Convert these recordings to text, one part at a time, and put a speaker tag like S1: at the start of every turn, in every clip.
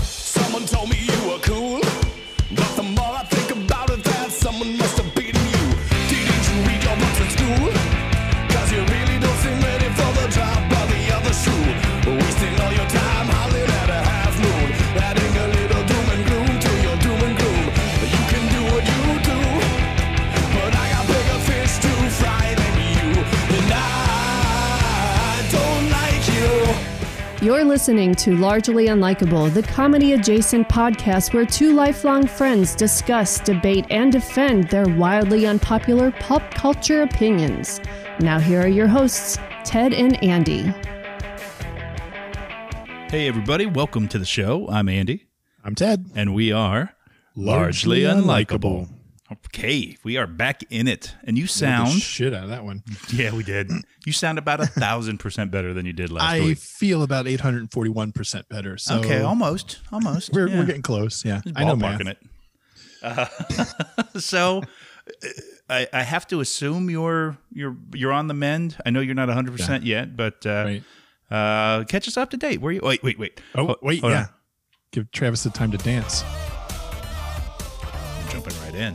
S1: Someone told me you were cool. But the more I think about it, that someone must have beaten you. Didn't you read your books at school? Cause you really don't seem ready for the drop of the other shoe. Wasting all your time hollering at a half moon. Adding a little doom and gloom to your doom and gloom. You can do what you do. But I got bigger fish to fry than you. And I don't like you.
S2: You're listening to Largely Unlikable, the comedy adjacent podcast where two lifelong friends discuss, debate, and defend their wildly unpopular pop culture opinions. Now, here are your hosts, Ted and Andy.
S3: Hey, everybody, welcome to the show. I'm Andy,
S4: I'm Ted.
S3: and we are largely, unlikable. Okay, we are back in it. And you
S4: Sound
S3: sound,
S4: shit out of that one.
S3: yeah, we did. You sound about a thousand percent better than you did last
S4: I
S3: week.
S4: feel about 841 percent better. So
S3: okay, almost, almost.
S4: we're
S3: yeah.
S4: we're getting close. Yeah,
S3: Just
S4: I know math.
S3: ballparking it. Uh, so uh, I, I have to assume you're you're you're on the mend. I know you're not 100 percent yet, but uh,
S4: Right.
S3: uh, catch us up to date. Where you? Wait, wait, wait.
S4: Oh
S3: Hold-
S4: wait,
S3: hold
S4: yeah.
S3: on.
S4: Give Travis the time to dance.
S3: I'm jumping right in.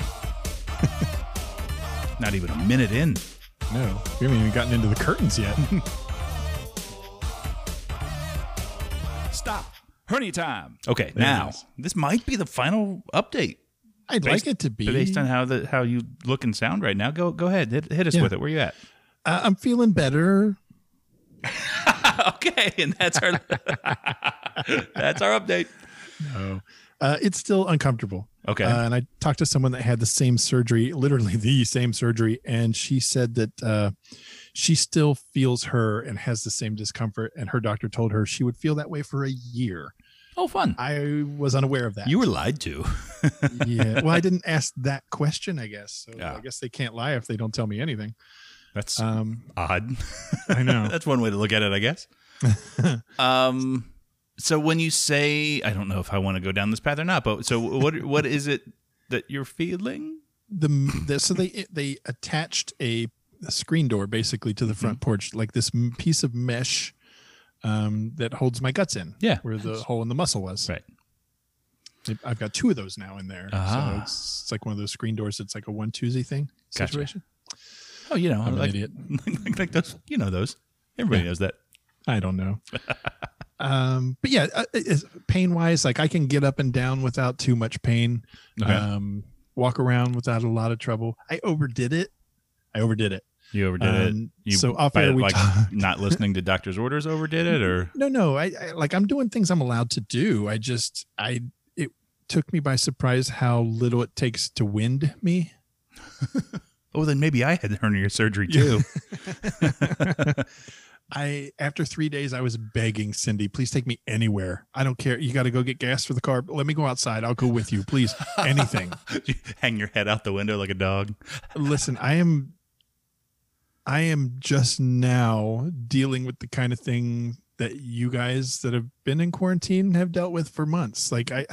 S3: Not even a minute in.
S4: No, we haven't even gotten into the curtains yet.
S3: Stop. Hernia time. Okay, now
S4: is.
S3: this might be the final update.
S4: I'd
S3: Based-
S4: like it to be.
S3: based on how the how you look and sound right now. Go go ahead. Hit, hit us
S4: Yeah.
S3: with it. Where you at?
S4: Uh, I'm feeling better.
S3: okay, and that's our that's our update.
S4: No, uh, it's still uncomfortable.
S3: Okay.
S4: Uh, and I talked to someone that had the same surgery, literally the same surgery, and she said that uh, she still feels her and has the same discomfort. And her doctor told her she would feel that way for a year.
S3: Oh, fun.
S4: I was unaware of that.
S3: You were lied to.
S4: yeah. Well, I didn't ask that question, I guess. So
S3: Yeah.
S4: I guess they can't lie if they don't tell me anything.
S3: That's
S4: Um,
S3: odd.
S4: I know.
S3: that's one way to look at it, I guess. um. So when you say, I don't know if I want to go down this path or not, but so what? What is it that you're feeling?
S4: the, the so they they attached a, a screen door basically to the front
S3: Mm-hmm.
S4: porch, like this m- piece of mesh um, that holds my guts in.
S3: Yeah.
S4: where the hole in the muscle was.
S3: Right.
S4: I- I've got two of those now in there,
S3: Ah.
S4: so it's, it's like one of those screen doors. It's like a one Tuesday thing
S3: Gotcha.
S4: situation.
S3: Oh, you know,
S4: I'm an
S3: like,
S4: idiot.
S3: like, like those. You know those. Everybody knows that.
S4: I don't know. um, but yeah, pain wise, like I can get up and down without too much pain.
S3: Okay.
S4: Um, walk around without a lot of trouble. I overdid it. I overdid it.
S3: You overdid it.
S4: Um,
S3: You
S4: so off
S3: by,
S4: air we
S3: like
S4: talked.
S3: not listening to doctor's orders overdid it, or
S4: No, no. I, I like I'm doing things I'm allowed to do. I just I it took me by surprise how little it takes to wind me.
S3: oh, then maybe I had hernia surgery too.
S4: I after three days I was begging Cindy, please take me anywhere. I don't care. You got to go get gas for the car. Let me go outside. I'll go with you, please. Anything.
S3: You Hang your head out the window like a dog.
S4: Listen, I am. I am just now dealing with the kind of thing that you guys that have been in quarantine have dealt with for months. Like I,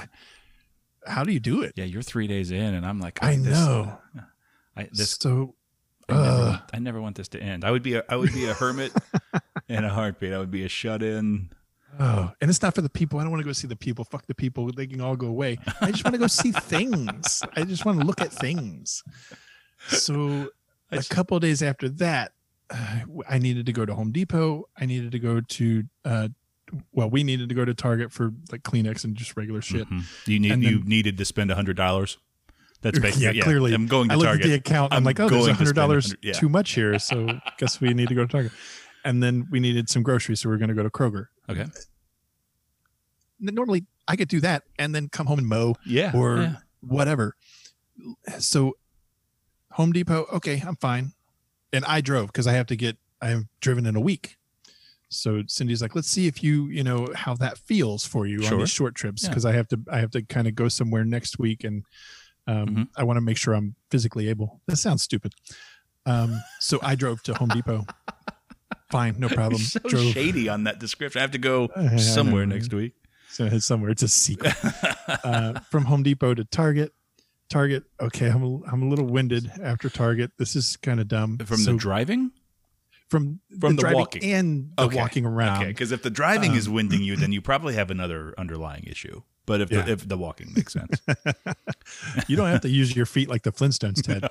S4: how do you do it?
S3: Yeah, you're three days in, and I'm like,
S4: I
S3: this-
S4: know.
S3: I, this
S4: so,
S3: I never,
S4: Ugh.
S3: want, I never want this to end. I would be a, I would be a hermit in a heartbeat. I would be a shut in.
S4: oh, and it's not for the people. I don't want to go see the people. Fuck the people. They can all go away. I just want to go see things. I just want to look at things. So,
S3: I
S4: a
S3: s-
S4: couple of days after that, uh, I needed to go to Home Depot. I needed to go to, uh, well, we needed to go to Target for like Kleenex and just regular
S3: Mm-hmm.
S4: shit.
S3: You need
S4: And
S3: you
S4: then-
S3: needed to spend hundred dollars. That's basically
S4: yeah, clearly.
S3: I'm going to
S4: I looked
S3: Target.
S4: at the account. I'm,
S3: I'm
S4: like, oh, there's
S3: going to
S4: hundred
S3: spend
S4: dollars
S3: 100 yeah.
S4: too much here, so guess we need to go to Target. And then we needed some groceries, so we are going to go to Kroger.
S3: Okay.
S4: N- Normally, I could do that and then come home and mow
S3: yeah.
S4: or
S3: yeah.
S4: whatever. So, Home Depot, okay, I'm fine. And I drove because I have to get. I have driven in a week. So Cindy's like, let's see if you, you know, how that feels for you on
S3: Sure.
S4: these short trips
S3: Yeah.
S4: because I have to, I have to kind of go somewhere next week, and um,
S3: Mhm.
S4: I want to make sure I'm physically able. That sounds stupid. Um, so I drove to Home Depot. Fine, no problem.
S3: so
S4: drove
S3: shady on that description. I have to go
S4: I know,
S3: somewhere
S4: right?
S3: next week.
S4: so it's somewhere. It's a secret. uh, from Home Depot to Target. Target. Okay, I'm a, I'm a little winded after Target. This is kind of dumb.
S3: From
S4: So
S3: the driving?
S4: from
S3: from the
S4: driving
S3: walking.
S4: and the
S3: Okay.
S4: walking around.
S3: Um,
S4: um,
S3: Okay, because if the driving is winding you, then you probably have another underlying issue. But if
S4: Yeah.
S3: the, if the walking makes sense, I'm
S4: You don't have to use your feet like the Flintstones, Ted.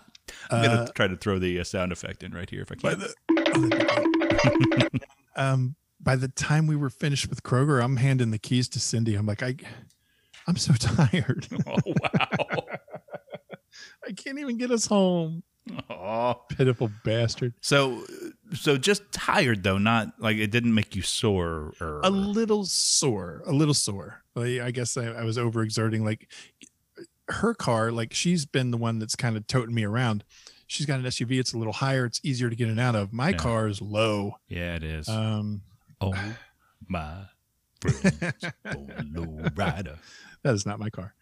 S3: gonna try to throw the uh, sound effect in right here if I
S4: by
S3: can.
S4: the oh, that'd be great. um by the time we were finished with Kroger, I'm handing the keys to Cindy. I'm like, I I'm so tired.
S3: oh
S4: I can't even get us home.
S3: wow! Aw.
S4: Pitiful bastard.
S3: So so just tired though, not like it didn't make you sore or
S4: A little sore. A little sore. Like, I guess I, I was overexerting. Like her car, like she's been the one that's kind of toting me around. She's got an SUV. It's a little higher. It's easier to get in and out of. My
S3: Yeah.
S4: car is low.
S3: yeah, it is.
S4: Um,
S3: oh my. friends, Oh, Polo rider.
S4: that is not my car.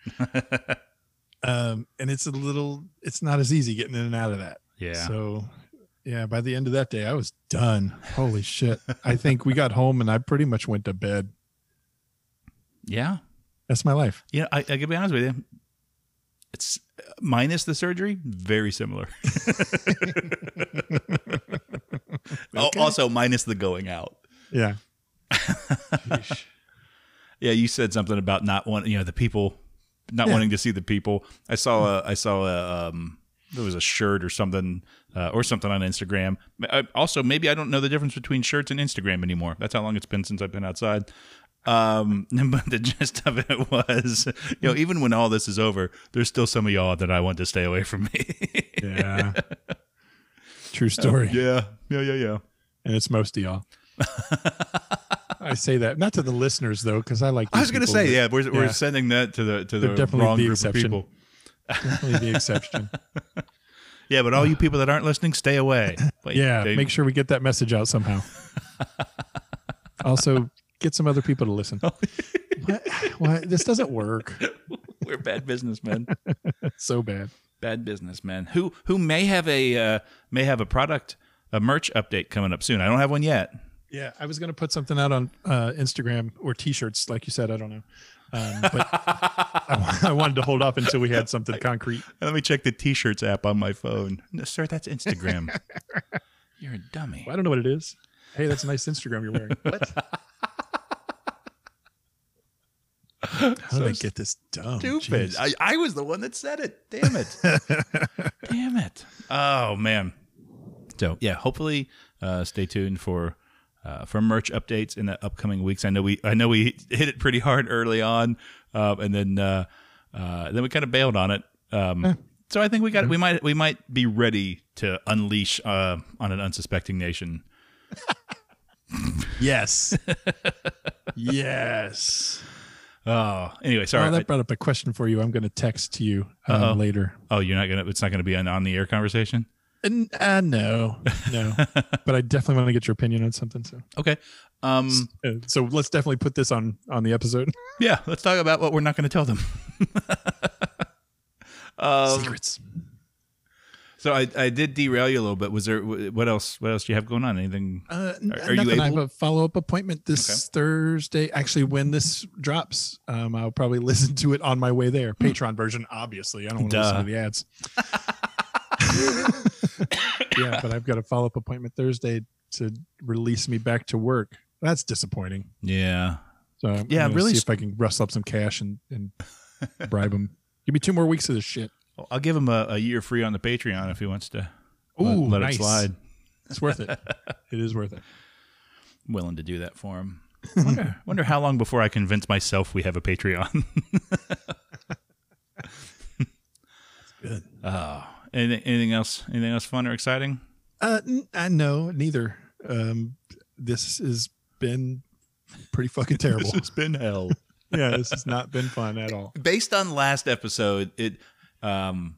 S4: um, and it's a little. It's not as easy getting in and out of that.
S3: Yeah.
S4: So, yeah, by the end of that day, I was done. Holy shit. I think we got home and I pretty much went to bed.
S3: yeah.
S4: That's my life.
S3: Yeah, I, I can be honest with you. It's uh, minus the surgery, very similar. Oh,
S4: Okay.
S3: also minus the going out.
S4: Yeah.
S3: Yeah, you said something about not wanting, you know, the people, not
S4: Yeah. Hmm.
S3: wanting to see the people. I saw a, I saw a, um, there was a shirt or something, uh, or something on Instagram. I, also, maybe I don't know the difference between shirts and Instagram anymore. That's how long it's been since I've been outside. Um, but the gist of it was, you know, even when all this is over, there's still some of y'all that I want to stay away from me.
S4: Yeah. True story.
S3: yeah, yeah, yeah, yeah.
S4: And it's most of y'all. I say that not to the listeners though, because I like.
S3: I was gonna
S4: these
S3: say,
S4: people,
S3: yeah, we're, we're
S4: yeah.
S3: sending that to the to
S4: They're
S3: the
S4: definitely
S3: wrong
S4: the
S3: group
S4: exception.
S3: of people.
S4: but Definitely the exception.
S3: Yeah, but all you people that aren't listening, stay away. Wait,
S4: Yeah,
S3: they-
S4: make sure we get that message out somehow. also, get some other people to listen.
S3: Oh,
S4: what? what? This doesn't work.
S3: we're bad businessmen.
S4: It's so bad.
S3: bad businessmen who who may have a uh, may have a product a merch update coming up soon. I don't have one yet.
S4: Yeah, I was gonna put something out on uh, Instagram or T-shirts, like you said. I don't know, um, but I, I wanted to hold off until we had something concrete.
S3: Let me check the T-shirts app on my phone. No, sir, that's Instagram. You're a dummy.
S4: Well, I don't know what it is. Hey, that's a nice Instagram you're wearing. What? How did I get this dumb?
S3: Stupid.
S4: Jeez.
S3: I, I was the one that said it. Damn it. Damn it. Oh man. So yeah, hopefully, uh, stay tuned for uh, for merch updates in the upcoming weeks. I know we I know we hit it pretty hard early on, uh, and then uh, uh, then we kind of bailed on it. Um, so I think we got we might we might be ready to unleash uh, on an unsuspecting nation.
S4: yes. yes.
S3: Oh, anyway, sorry.
S4: Oh,
S3: I-
S4: that brought up a question for you. I'm going to text to you
S3: Uh-oh.
S4: um, later.
S3: oh, you're not gonna. It's not gonna be an on the air conversation.
S4: And, uh, no, no. but I definitely want to get your opinion on something. So,
S3: Okay. Um.
S4: Uh, so let's definitely put this on on the episode.
S3: Yeah. Let's talk about what we're not going to tell them. um,
S4: Secrets.
S3: So I, I did derail you a little bit. Was there wh- what else? What else do you have going on? Anything?
S4: Uh, n-
S3: Are- are you
S4: nothing. I have
S3: able-
S4: a follow up appointment this Thursday. Actually, when this drops, um, I'll probably listen to it on my way there. Patreon version, obviously. I don't want to
S3: Hmm. Duh.
S4: listen to the ads. yeah, but I've got a follow up appointment Thursday to release me back to work. That's disappointing.
S3: Yeah.
S4: So I'm
S3: Yeah,
S4: gonna
S3: really
S4: see
S3: s-
S4: if I can rustle up some cash and and bribe him. Give me two more weeks of this shit.
S3: Well, I'll give him a, a year free on the Patreon if he wants to
S4: Ooh,
S3: let, let
S4: nice.
S3: it slide.
S4: It's worth it. It is worth it.
S3: I'm willing to do that for him. Wonder, wonder how long before I convince myself we have a Patreon.
S4: Good.
S3: oh, anything, anything else? Anything else fun or exciting?
S4: Uh, n- I know neither. Um, this has been pretty fucking terrible.
S3: been hell.
S4: yeah, this has not been fun at all.
S3: Based on last episode, it um,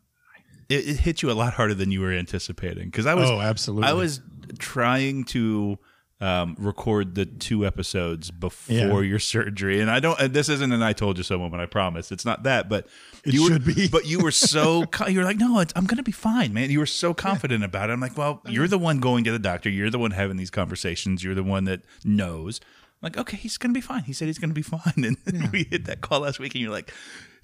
S3: it, it hit you a lot harder than you were anticipating because I was
S4: oh, absolutely.
S3: I was trying to um, record the two episodes before
S4: Yeah.
S3: your surgery, and I don't. And this isn't an "I told you so" moment. I promise it's not that, but
S4: It
S3: you
S4: should
S3: were,
S4: be.
S3: But you were so co- you were like, no, it's, I'm going to be fine, man. You were so confident about it. I'm like, well, you're the one going to the doctor. You're the one having these conversations. You're the one that knows. I'm like, okay, he's going to be fine. He said he's going to be fine, and then we hit that call last week, and you're like,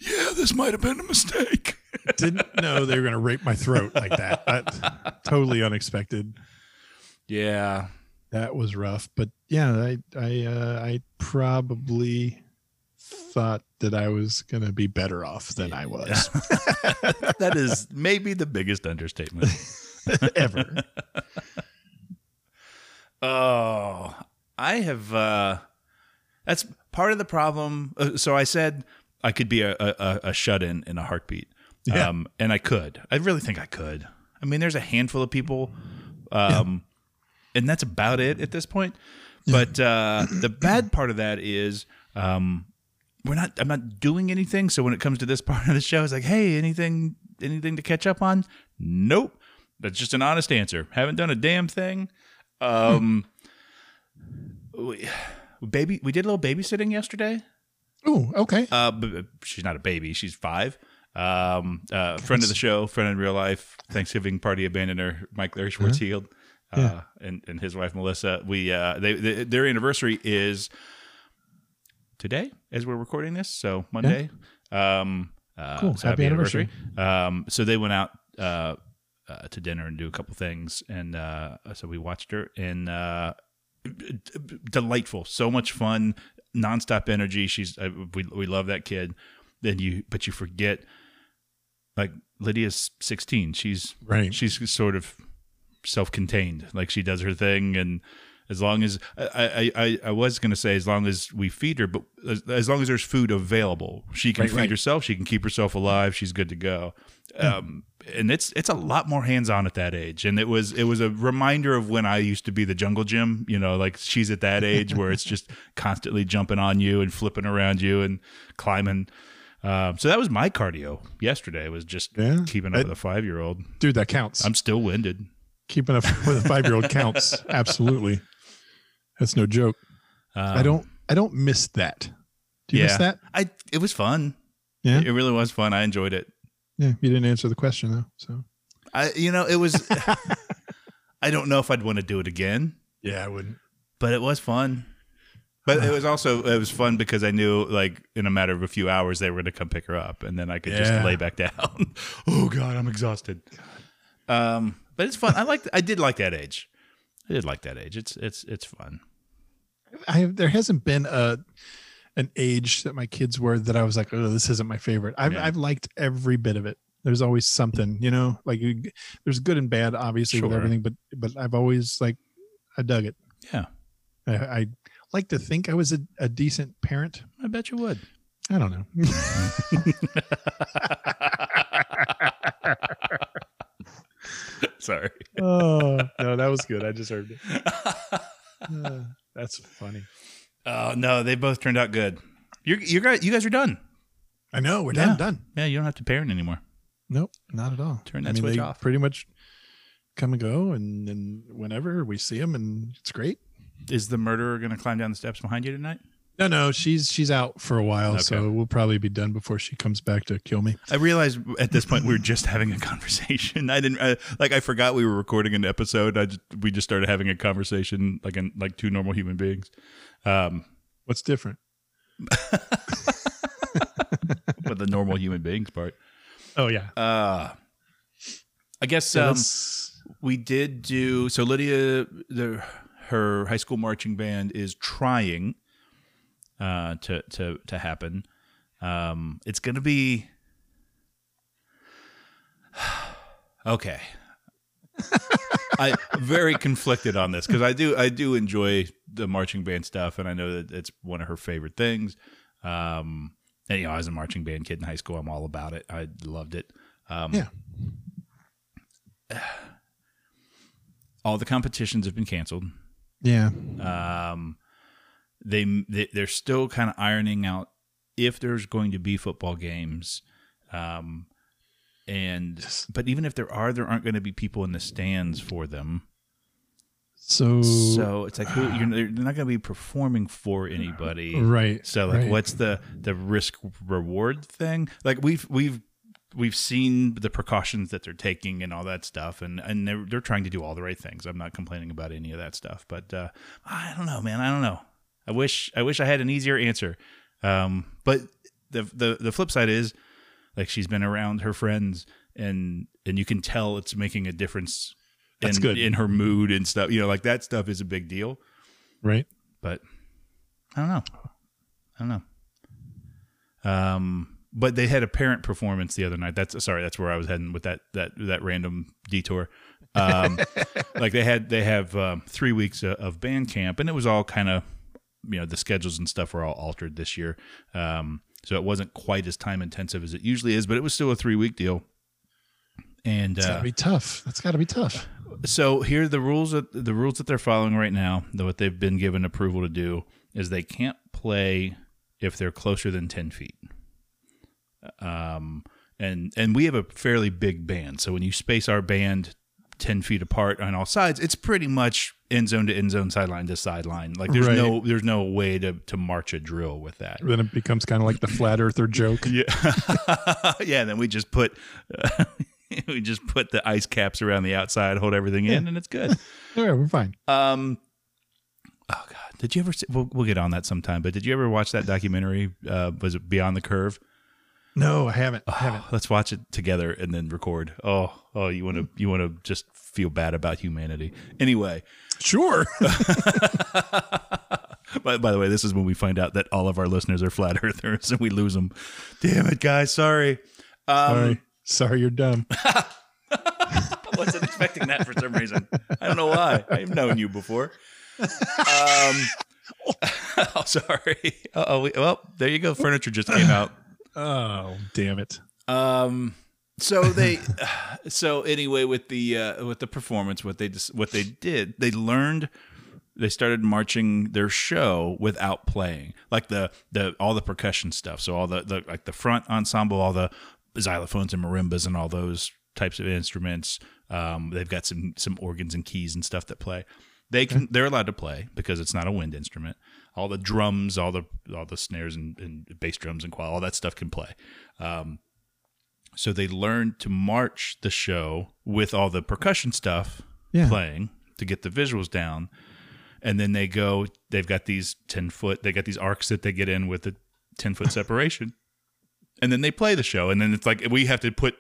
S3: yeah, this might have been a mistake.
S4: didn't know they were gonna rape my throat like that. that. Totally unexpected.
S3: yeah,
S4: That was rough. But yeah, I I uh, I probably thought that I was gonna be better off than I was
S3: that is maybe the biggest understatement.
S4: ever.
S3: Oh, I have. Uh, that's part of the problem. Uh, so I said I could be a, a, a- a shut in in a heartbeat.
S4: Yeah.
S3: Um, and I could. I really think I could. I mean, there's a handful of people, um, and that's about it at this point. But uh, the bad part of that is um, we're not. I'm not doing anything. So when it comes to this part of the show, it's like, hey, anything, anything to catch up on? Nope. That's just an honest answer. Haven't done a damn thing. Um, we, baby, we did a little babysitting yesterday.
S4: Ooh, okay.
S3: Uh, b- b- she's not a baby; she's five. Um, uh, friend of the show, friend in real life, Thanksgiving party abandoner, Mike Larry Schwartz Heald, uh, and and his wife Melissa. We uh, they, they their anniversary is today as we're recording this, so Monday. Um, uh,
S4: Cool.
S3: so
S4: Happy anniversary.
S3: Um, so they went out uh, uh, to dinner and do a couple things, and uh, so we watched her and uh, d- d- delightful, so much fun, nonstop energy. She's uh, we we love that kid. Then you but you forget like Lydia's 16. She's
S4: Right.
S3: She's sort of self-contained. Like she does her thing, and as long as I I, I, I was gonna say as long as we feed her, but as, as long as there's food available, she can feed herself. She can keep herself alive. She's good to go.
S4: Hmm.
S3: Um, and it's it's a lot more hands-on at that age. And it was it was a reminder of when I used to be the jungle gym. You know, like she's at that age where it's just constantly jumping on you and flipping around you and climbing. Um, so that was my cardio yesterday. Was just
S4: Yeah.
S3: keeping up
S4: I-
S3: with a five-year-old.
S4: Dude, that counts.
S3: I'm still winded.
S4: keeping up with a five year old counts. Absolutely. That's no joke. I don't I don't miss that. Do you miss that?
S3: Um, I it was fun.
S4: Yeah.
S3: It really was fun. I enjoyed it.
S4: Yeah. You didn't answer the question though. So
S3: I you know, it was I don't know if I'd want to do it again,
S4: Yeah, I wouldn't.
S3: but it was fun. But it was also it was fun because I knew like in a matter of a few hours they were gonna come pick her up and then I could
S4: Yeah.
S3: just lay back down. oh god, I'm exhausted. Um but it's fun. I like I did like that age. I did like that age. It's it's it's fun.
S4: I there hasn't been a an age that my kids were that I was like, oh, this isn't my favorite. I've
S3: Yeah.
S4: I've liked every bit of it. There's always something, you know, like you- there's good and bad, obviously, with
S3: Sure.
S4: everything. But but I've always like, I dug it.
S3: Yeah.
S4: I, I like to think I was a, a decent parent.
S3: I bet you would.
S4: I don't know.
S3: Sorry.
S4: oh no, that was good. I deserved it. Uh, that's funny.
S3: Oh no, they both turned out good. You're you guys you guys are done.
S4: I know. We're
S3: Yeah.
S4: done. Done.
S3: Yeah, you don't have to parent anymore.
S4: Nope, not at all.
S3: Turn that switch
S4: they
S3: off.
S4: Pretty much come and go, and then whenever we see them, and it's great.
S3: Is the murderer going to climb down the steps behind you tonight?
S4: No, no, she's she's out for a while,
S3: Okay.
S4: so we'll probably be done before she comes back to kill me.
S3: I realized at this point we were just having a conversation. I didn't I, like I forgot we were recording an episode. I just, we just started having a conversation like in, like two normal human beings. Um,
S4: What's different?
S3: but the normal human beings part.
S4: Oh yeah,
S3: Uh I guess
S4: Yeah,
S3: um,
S4: that's-
S3: we did do so lydia the, her high school marching band is trying uh to to to happen um it's gonna be okay i very conflicted on this because i do i do enjoy the marching band stuff and i know that it's one of her favorite things um and you know i was a marching band kid in high school i'm all about it i loved it um
S4: yeah.
S3: all the competitions have been canceled
S4: Yeah,
S3: Um, they, they they're still kind of ironing out if there's going to be football games. Um, and but even if there are, there aren't going to be people in the stands for them.
S4: so,
S3: So it's like who, you're they're not going to be performing for anybody,
S4: right.
S3: So like,
S4: right.
S3: what's the the risk reward thing? Like we've we've we've seen the precautions that they're taking and all that stuff, and and they're they're trying to do all the right things. I'm not complaining about any of that stuff, but uh, I don't know, man. I don't know. I wish I wish I had an easier answer. Um, but the the the flip side is like she's been around her friends and and you can tell it's making a difference.
S4: That's
S3: in,
S4: good.
S3: in her mood and stuff. You know, like that stuff is a big deal
S4: right?
S3: but I don't know. I don't know. Um, but they had a parent performance the other night. That's sorry, that's where I was heading with that that that random detour. Um, like they had they have um, three weeks of, of band camp, and it was all kind of you know the schedules and stuff were all altered this year, um, so it wasn't quite as time intensive as it usually is. But it was still a three week deal. And
S4: It's
S3: uh,
S4: gotta be tough. That's gotta be tough.
S3: so here are the rules that the rules that they're following right now, though what they've been given approval to do is they can't play if they're closer than ten feet. Um, and and we have a fairly big band, so when you space our band ten feet apart on all sides, it's pretty much end zone to end zone, sideline to sideline. Like there's
S4: Right.
S3: no there's no way to to march a drill with that.
S4: Then it becomes kind of like the flat earther joke.
S3: Yeah, yeah. Then we just put we just put the ice caps around the outside, hold everything in, and it's good.
S4: All right, we're fine.
S3: Um, oh God, did you ever? See, we'll, we'll get on that sometime. But did you ever watch that documentary? Uh, was it Beyond the Curve?
S4: No, I haven't. I haven't.
S3: Let's watch it together and then record. Oh, oh, you want to you want to just feel bad about humanity. Anyway,
S4: Sure.
S3: by, by the way, this is when we find out that all of our listeners are flat earthers and we lose them. Damn it, guys! Sorry, Um,
S4: Sorry. Sorry, you're dumb.
S3: I wasn't expecting that for some reason. I don't know why. I've known you before. Um, oh, sorry. Oh, we, well, there you go. Furniture just came out.
S4: Oh, damn it.
S3: Um. So they, so anyway, with the uh, with the performance, what they just what they did, they learned. They started marching their show without playing, like the the all the percussion stuff. So all the, the like the front ensemble, all the xylophones and marimbas and all those types of instruments. Um, they've got some some organs and keys and stuff that play. They can they're allowed to play because it's not a wind instrument. All the drums, all the all the snares and, and bass drums and qual, all that stuff can play. Um, So they learned to march the show with all the percussion stuff
S4: Yeah.
S3: playing to get the visuals down. And then they go, they've got these 10 foot, they got these arcs that they get in with the 10 foot separation. and then they play the show. And then it's like, we have to put,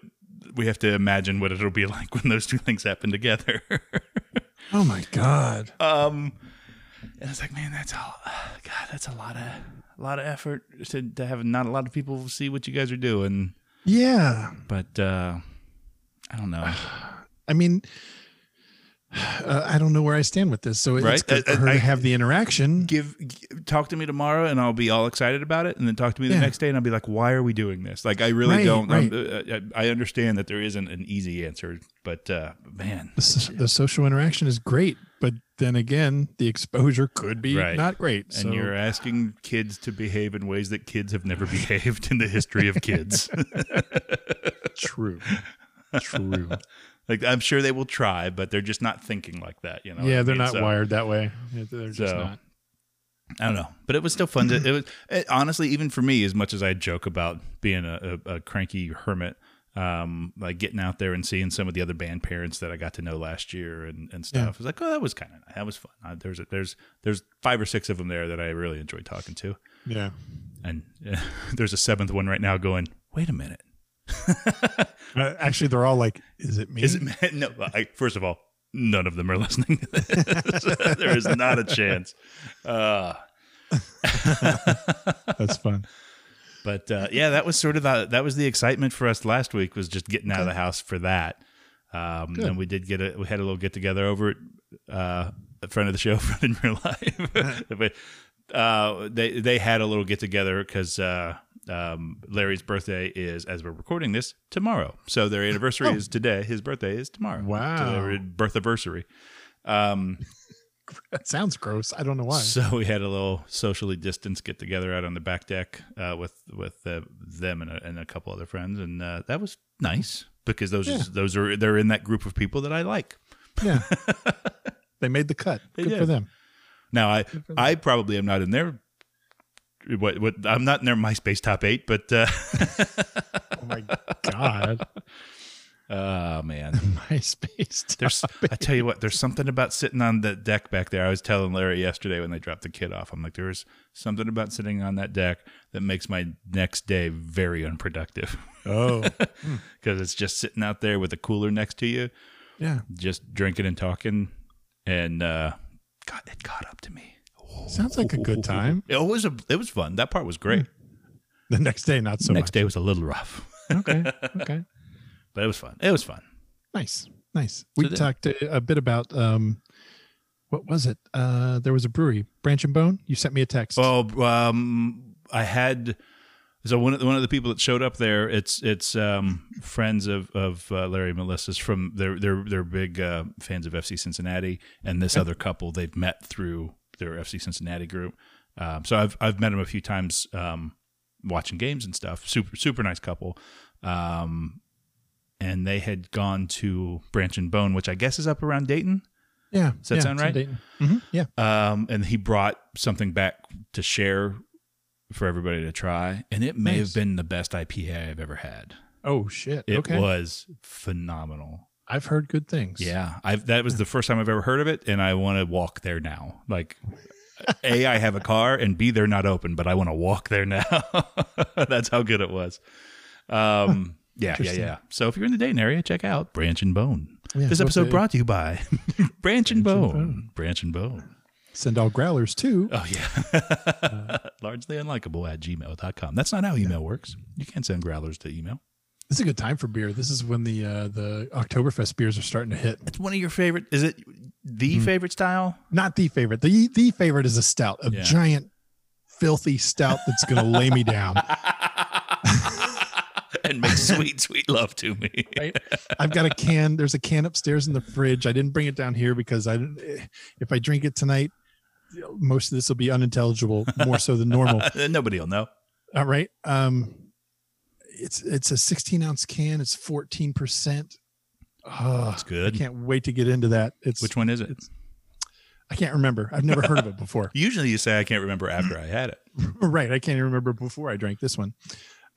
S3: we have to imagine what it'll be like when those two things happen together.
S4: Oh my god.
S3: um, and it's like, man, that's all, God, that's a lot of, a lot of effort to, to have not a lot of people see what you guys are doing.
S4: Yeah.
S3: But, uh, I don't know.
S4: I mean, uh, I don't know where I stand with this. So it's
S3: Right.
S4: good
S3: I-
S4: for her
S3: I-
S4: to have the interaction.
S3: give g- talk to me tomorrow and I'll be all excited about it and then talk to me the
S4: Yeah.
S3: next day and I'll be like why are we doing this like I really
S4: Right,
S3: don't
S4: right.
S3: I'm- I, I understand that there isn't an easy answer but uh man
S4: The, so- the social interaction is great, but then again, the exposure could be
S3: Right.
S4: not great.
S3: and
S4: so
S3: you're uh, asking kids to behave in ways that kids have never behaved in the history of kids
S4: true. True.
S3: like I'm sure they will try but they're just not thinking like that you know what
S4: yeah,
S3: I
S4: they're
S3: mean?
S4: not
S3: So-
S4: wired that way. Yeah, They're just
S3: So-
S4: not.
S3: I don't know, but it was still fun to. It was it, honestly, even for me, as much as I joke about being a, a, a cranky hermit, um, like getting out there and seeing some of the other band parents that I got to know last year and, and stuff.
S4: Yeah.
S3: It's like, oh, that was kind of that was fun. Uh, there's a, there's there's five or six of them there that I really enjoyed talking to,
S4: Yeah.
S3: and uh, there's a seventh one right now going. Wait a minute,
S4: Uh, actually, they're all like, "Is it me?
S3: is it man? No, I, first of all, none of them are listening to this. there is not a chance. Uh,
S4: That's fun.
S3: But uh, yeah, that was sort of the, that was the excitement for us last week was just getting out of the house for that. Um, and we did get a we had a little get together over at uh, a friend of the show, friend in real life. but uh, they they had a little get together because uh, um, Larry's birthday is as we're recording this tomorrow. So their anniversary is today. His birthday is tomorrow. So
S4: Wow.
S3: their birth anniversary.
S4: That sounds gross. I don't know why.
S3: So we had a little socially distanced get together out on the back deck uh, with with uh, them and a, and a couple other friends, and uh, that was nice because those is, those are they're in that group of people that I like.
S4: Yeah. they made the cut. Good for
S3: did.
S4: them.
S3: Now I I probably am not in their what what I'm not in their MySpace top eight, but uh,
S4: Oh my god.
S3: oh man,
S4: MySpace.
S3: there's I tell you what, there's something about sitting on the deck back there. I was telling Larry yesterday when they dropped the kid off, I'm like, there's something about sitting on that deck that makes my next day very unproductive.
S4: Oh.
S3: because it's just sitting out there with a cooler next to you,
S4: Yeah.
S3: just drinking and talking. And uh, God, it caught up to me.
S4: Sounds like a good time. Hmm.
S3: It was a, it was fun. That part was great.
S4: The next day, not so
S3: Next
S4: much.
S3: day was a little rough,
S4: Okay. Okay.
S3: but it was fun. It was fun.
S4: Nice. Nice. We
S3: the-
S4: talked a, a bit about um, what was it? Uh, there was a brewery, Branch and Bone. You sent me a text.
S3: Well, um, I had so one of the, one of the people that showed up there. It's it's um, friends of of uh, Larry and Melissa's from they're they're they're big uh, fans of FC Cincinnati, and this other couple they've met through their FC Cincinnati group. Um, so I've I've met them a few times um, watching games and stuff. Super super nice couple. Um, and they had gone to Branch and Bone, which I guess is up around Dayton.
S4: yeah.
S3: does that
S4: yeah,
S3: sound
S4: it's in
S3: right?
S4: Dayton. Mhm, Yeah.
S3: um, and he brought something back to share for everybody to try, and it may
S4: Nice.
S3: have been the best IPA I've ever had.
S4: Oh shit.
S3: It
S4: okay.
S3: was phenomenal.
S4: I've heard good things.
S3: Yeah, I've, that was the first time I've ever heard of it, and I want to walk there now. Like, a, I have a car, and b, they're not open, but I want to walk there now. That's how good it was. Um, yeah, yeah,
S4: Interesting.
S3: yeah. So if you're in the Dayton area, check out Branch and Bone.
S4: Yeah,
S3: this
S4: we'll
S3: episode
S4: see.
S3: brought to you by Branch and Bone. Branch and Bone.
S4: Send all growlers too.
S3: Oh, yeah. Largely unlikable at gmail.com. That's not how email works. You can't send growlers to email.
S4: This is a good time for beer. This is when the uh, the Oktoberfest beers are starting to hit.
S3: It's one of your favorite. Is it the
S4: Mm-hmm.
S3: favorite style?
S4: Not the favorite. The the favorite is a stout, a
S3: Yeah.
S4: giant, filthy stout that's going to lay me down.
S3: and make sweet, sweet love to me.
S4: right? I've got a can. There's a can upstairs in the fridge. I didn't bring it down here because I didn't. If I drink it tonight, most of this will be unintelligible, more so than normal.
S3: Uh, Nobody will know.
S4: All right. Um, it's it's a 16 ounce can. It's 14 percent. Oh,
S3: It's
S4: I
S3: good.
S4: can't wait to get into that. It's
S3: Which one is it?
S4: I can't remember. I've never heard of it before.
S3: Usually you say, I can't remember
S4: Mm.
S3: after I had it.
S4: right. I can't even remember before I drank this one.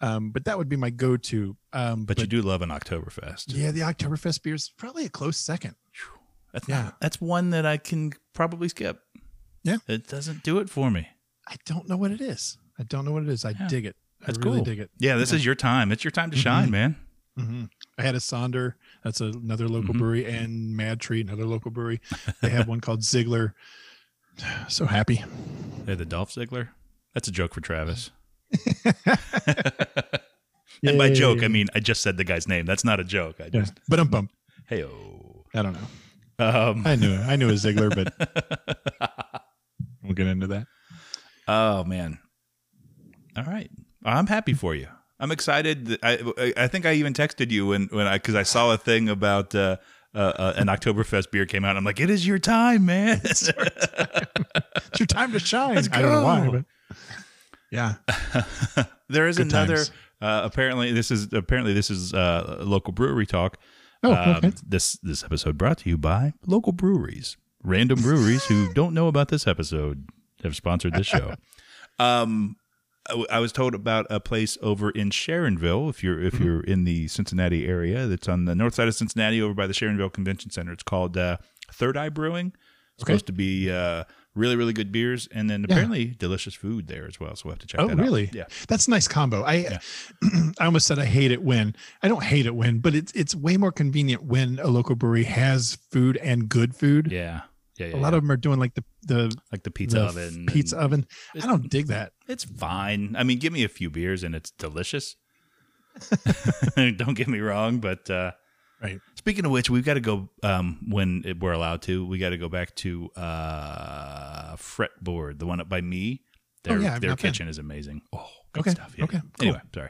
S4: Um, but that would be my go-to. Um,
S3: But, you do love an Oktoberfest.
S4: yeah, the Oktoberfest beer is probably a close second.
S3: That's,
S4: Yeah.
S3: that's one that I can probably skip.
S4: Yeah.
S3: It doesn't do it for me.
S4: I don't know what it is. I don't know what it is. I dig it.
S3: That's
S4: I really
S3: cool.
S4: dig it. Mm-hmm.
S3: Yeah, this is your time. It's your time to shine, man.
S4: I had a Sonder. That's another local
S3: Mm-hmm.
S4: brewery, and Mad Tree, another local brewery. They have one called Ziggler. So happy.
S3: They're the Dolph Ziggler. That's a joke for Travis. And by
S4: Yay.
S3: joke, I mean I just said the guy's name. That's not a joke. I
S4: Yeah.
S3: just
S4: But I'm bummed.
S3: hey oh.
S4: I don't know.
S3: Um,
S4: I knew I knew a Ziggler, but we'll get into that.
S3: oh man. All right, I'm happy for you. I'm excited. that- I I I think I even texted you when when I because I saw a thing about uh, uh, uh, an Oktoberfest beer came out. and I'm like, it is your time, man.
S4: It's your time to shine.
S3: Let's
S4: I don't know why,
S3: go.
S4: but yeah.
S3: there is
S4: Good
S3: another.
S4: times.
S3: Uh, apparently, this is apparently this is uh, local brewery talk.
S4: Oh,
S3: Um,
S4: okay.
S3: This this episode brought to you by local breweries. Random breweries who don't know about this episode have sponsored this show. um, I, w- I was told about a place over in Sharonville. If you're if
S4: Mm-hmm.
S3: you're in the Cincinnati area, that's on the north side of Cincinnati, over by the Sharonville Convention Center. It's called uh, Third Eye Brewing. It's
S4: Okay.
S3: supposed to be uh, really really good beers, and then apparently delicious food there as well. So we'll have to check.
S4: Oh,
S3: that out.
S4: really?
S3: Yeah.
S4: That's a nice combo. I I almost said I hate it when I don't hate it when, but it's it's way more convenient when a local brewery has food and good food.
S3: Yeah. Yeah. yeah
S4: a lot of them are doing like the the
S3: like the pizza
S4: the
S3: oven. and-
S4: pizza oven. I don't dig that.
S3: It's fine. I mean, give me a few beers and it's delicious. Don't get me wrong, but uh,
S4: Right.
S3: speaking of which, we've got to go um, when it, we're allowed to. We got to go back to uh, Fretboard, the one up by me.
S4: Oh,
S3: Their,
S4: yeah, I've
S3: their
S4: not been.
S3: kitchen is amazing. Oh, good
S4: Okay,
S3: stuff. Yeah.
S4: okay, cool.
S3: Anyway, sorry.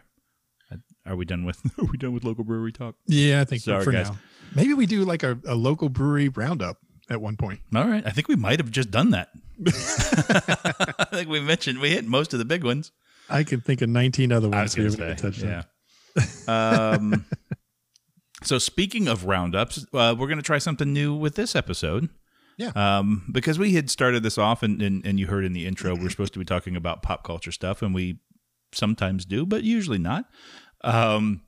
S3: Are we done with? Are we done with local brewery talk?
S4: Yeah, I think
S3: Sorry,
S4: for
S3: guys.
S4: now. Maybe we do like a, a local brewery roundup at one point.
S3: All right. I think we might have just done that. I think we mentioned we hit most of the big ones.
S4: I can think of 19 other ones.
S3: I was going
S4: we haven't
S3: to say,
S4: touched on.
S3: yeah. um, so speaking of roundups, uh, we're going to try something new with this episode.
S4: Yeah.
S3: Um, because we had started this off, and, and and you heard in the intro, we're supposed to be talking about pop culture stuff, and we sometimes do, but usually not. Um,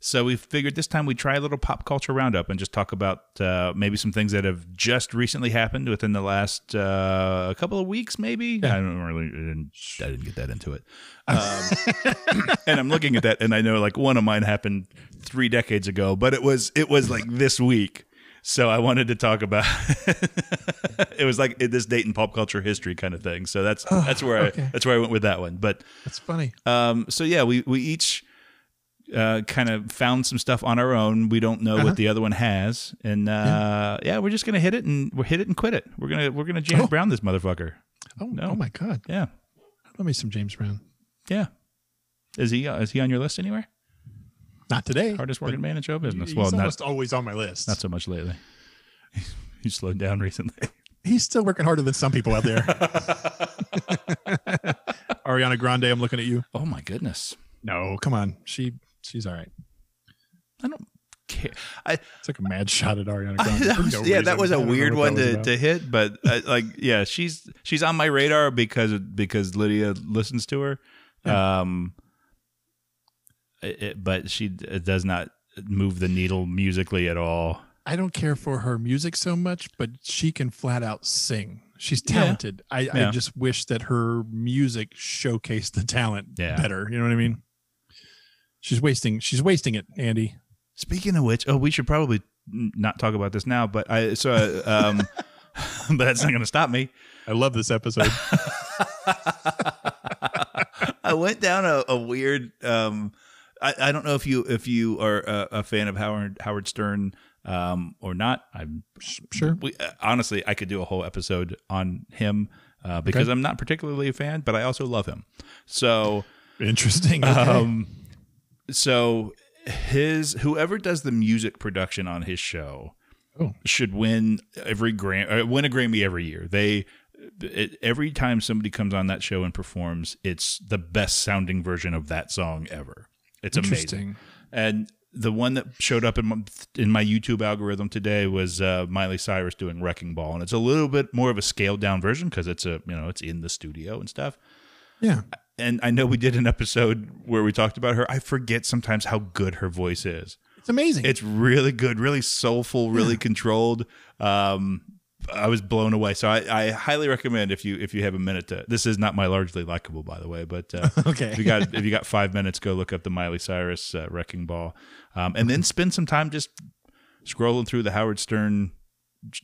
S3: so we figured this time we'd try a little pop culture roundup and just talk about uh, maybe some things that have just recently happened within the last uh, couple of weeks, maybe. I don't really, I didn't, I didn't get that into it. Um, and I'm looking at that, and I know like one of mine happened three decades ago, but it was it was like this week. So I wanted to talk about it was like this date in pop culture history kind of thing. So that's that's where I
S4: Oh, okay.
S3: that's where I went with that one. But
S4: That's funny.
S3: um, so yeah, we we each uh, kind of found some stuff on our own. We don't
S4: Uh-huh.
S3: know what the other one has, and uh, yeah. we're just gonna hit it and we will hit it and quit it. We're gonna we're gonna James
S4: Oh.
S3: Brown this motherfucker.
S4: Oh,
S3: no.
S4: oh my God.
S3: Yeah,
S4: Let me some James Brown.
S3: yeah. Is he uh, is he on your list anywhere?
S4: Not today.
S3: Hardest working man in show business.
S4: He's
S3: well, not
S4: almost always on my list.
S3: not so much lately. He slowed down recently.
S4: He's still working harder than some people out there. Ariana Grande, I'm looking at you.
S3: Oh my goodness,
S4: No, come on. She she's all right.
S3: I don't care. I,
S4: It's like a mad shot at Ariana
S3: I-
S4: Grande.
S3: that
S4: for
S3: was,
S4: no
S3: yeah, that
S4: reason.
S3: was
S4: I
S3: a
S4: don't know
S3: weird
S4: what
S3: one
S4: that was
S3: to,
S4: about.
S3: to hit, but uh, like, yeah, she's she's on my radar because because Lydia listens to her, um, it, it- but she d- it does not move the needle musically at all.
S4: I don't care for her music so much, but she can flat out sing. She's
S3: Yeah.
S4: talented. I,
S3: Yeah.
S4: I just wish that her music showcased the talent
S3: Yeah.
S4: better. You know what I mean? She's wasting. She's wasting it, Andy.
S3: Speaking of which, oh, we should probably n- not talk about this now, but I so uh, um, but that's not going to stop me.
S4: I love this episode.
S3: I went down a, a weird. Um, I, I don't know if you if you are a, a fan of Howard Howard Stern um, or not. I'm
S4: sure.
S3: We, uh, honestly, I could do a whole episode on him uh, because
S4: Okay.
S3: I'm not particularly a fan, but I also love him. So,
S4: Interesting. Okay.
S3: um, so his whoever does the music production on his show
S4: Oh.
S3: should win every Grammy, win a Grammy every year. They it, every time somebody comes on that show and performs, it's the best sounding version of that song ever. It's amazing
S4: Interesting.
S3: and the one that showed up in my, in my YouTube algorithm today was uh, Miley Cyrus doing "Wrecking Ball," and it's a little bit more of a scaled down version because it's a you know it's in the studio and stuff.
S4: Yeah.
S3: And I know we did an episode where we talked about her. I forget sometimes how good her voice is.
S4: It's amazing.
S3: It's really good, really soulful, really controlled. Um, I was blown away. So I, I highly recommend if you if you have a minute to. This is not my largely likable, by the way, but uh,
S4: Okay.
S3: If you got if you got five minutes, go look up the Miley Cyrus uh, Wrecking Ball, um, and then spend some time just scrolling through the Howard Stern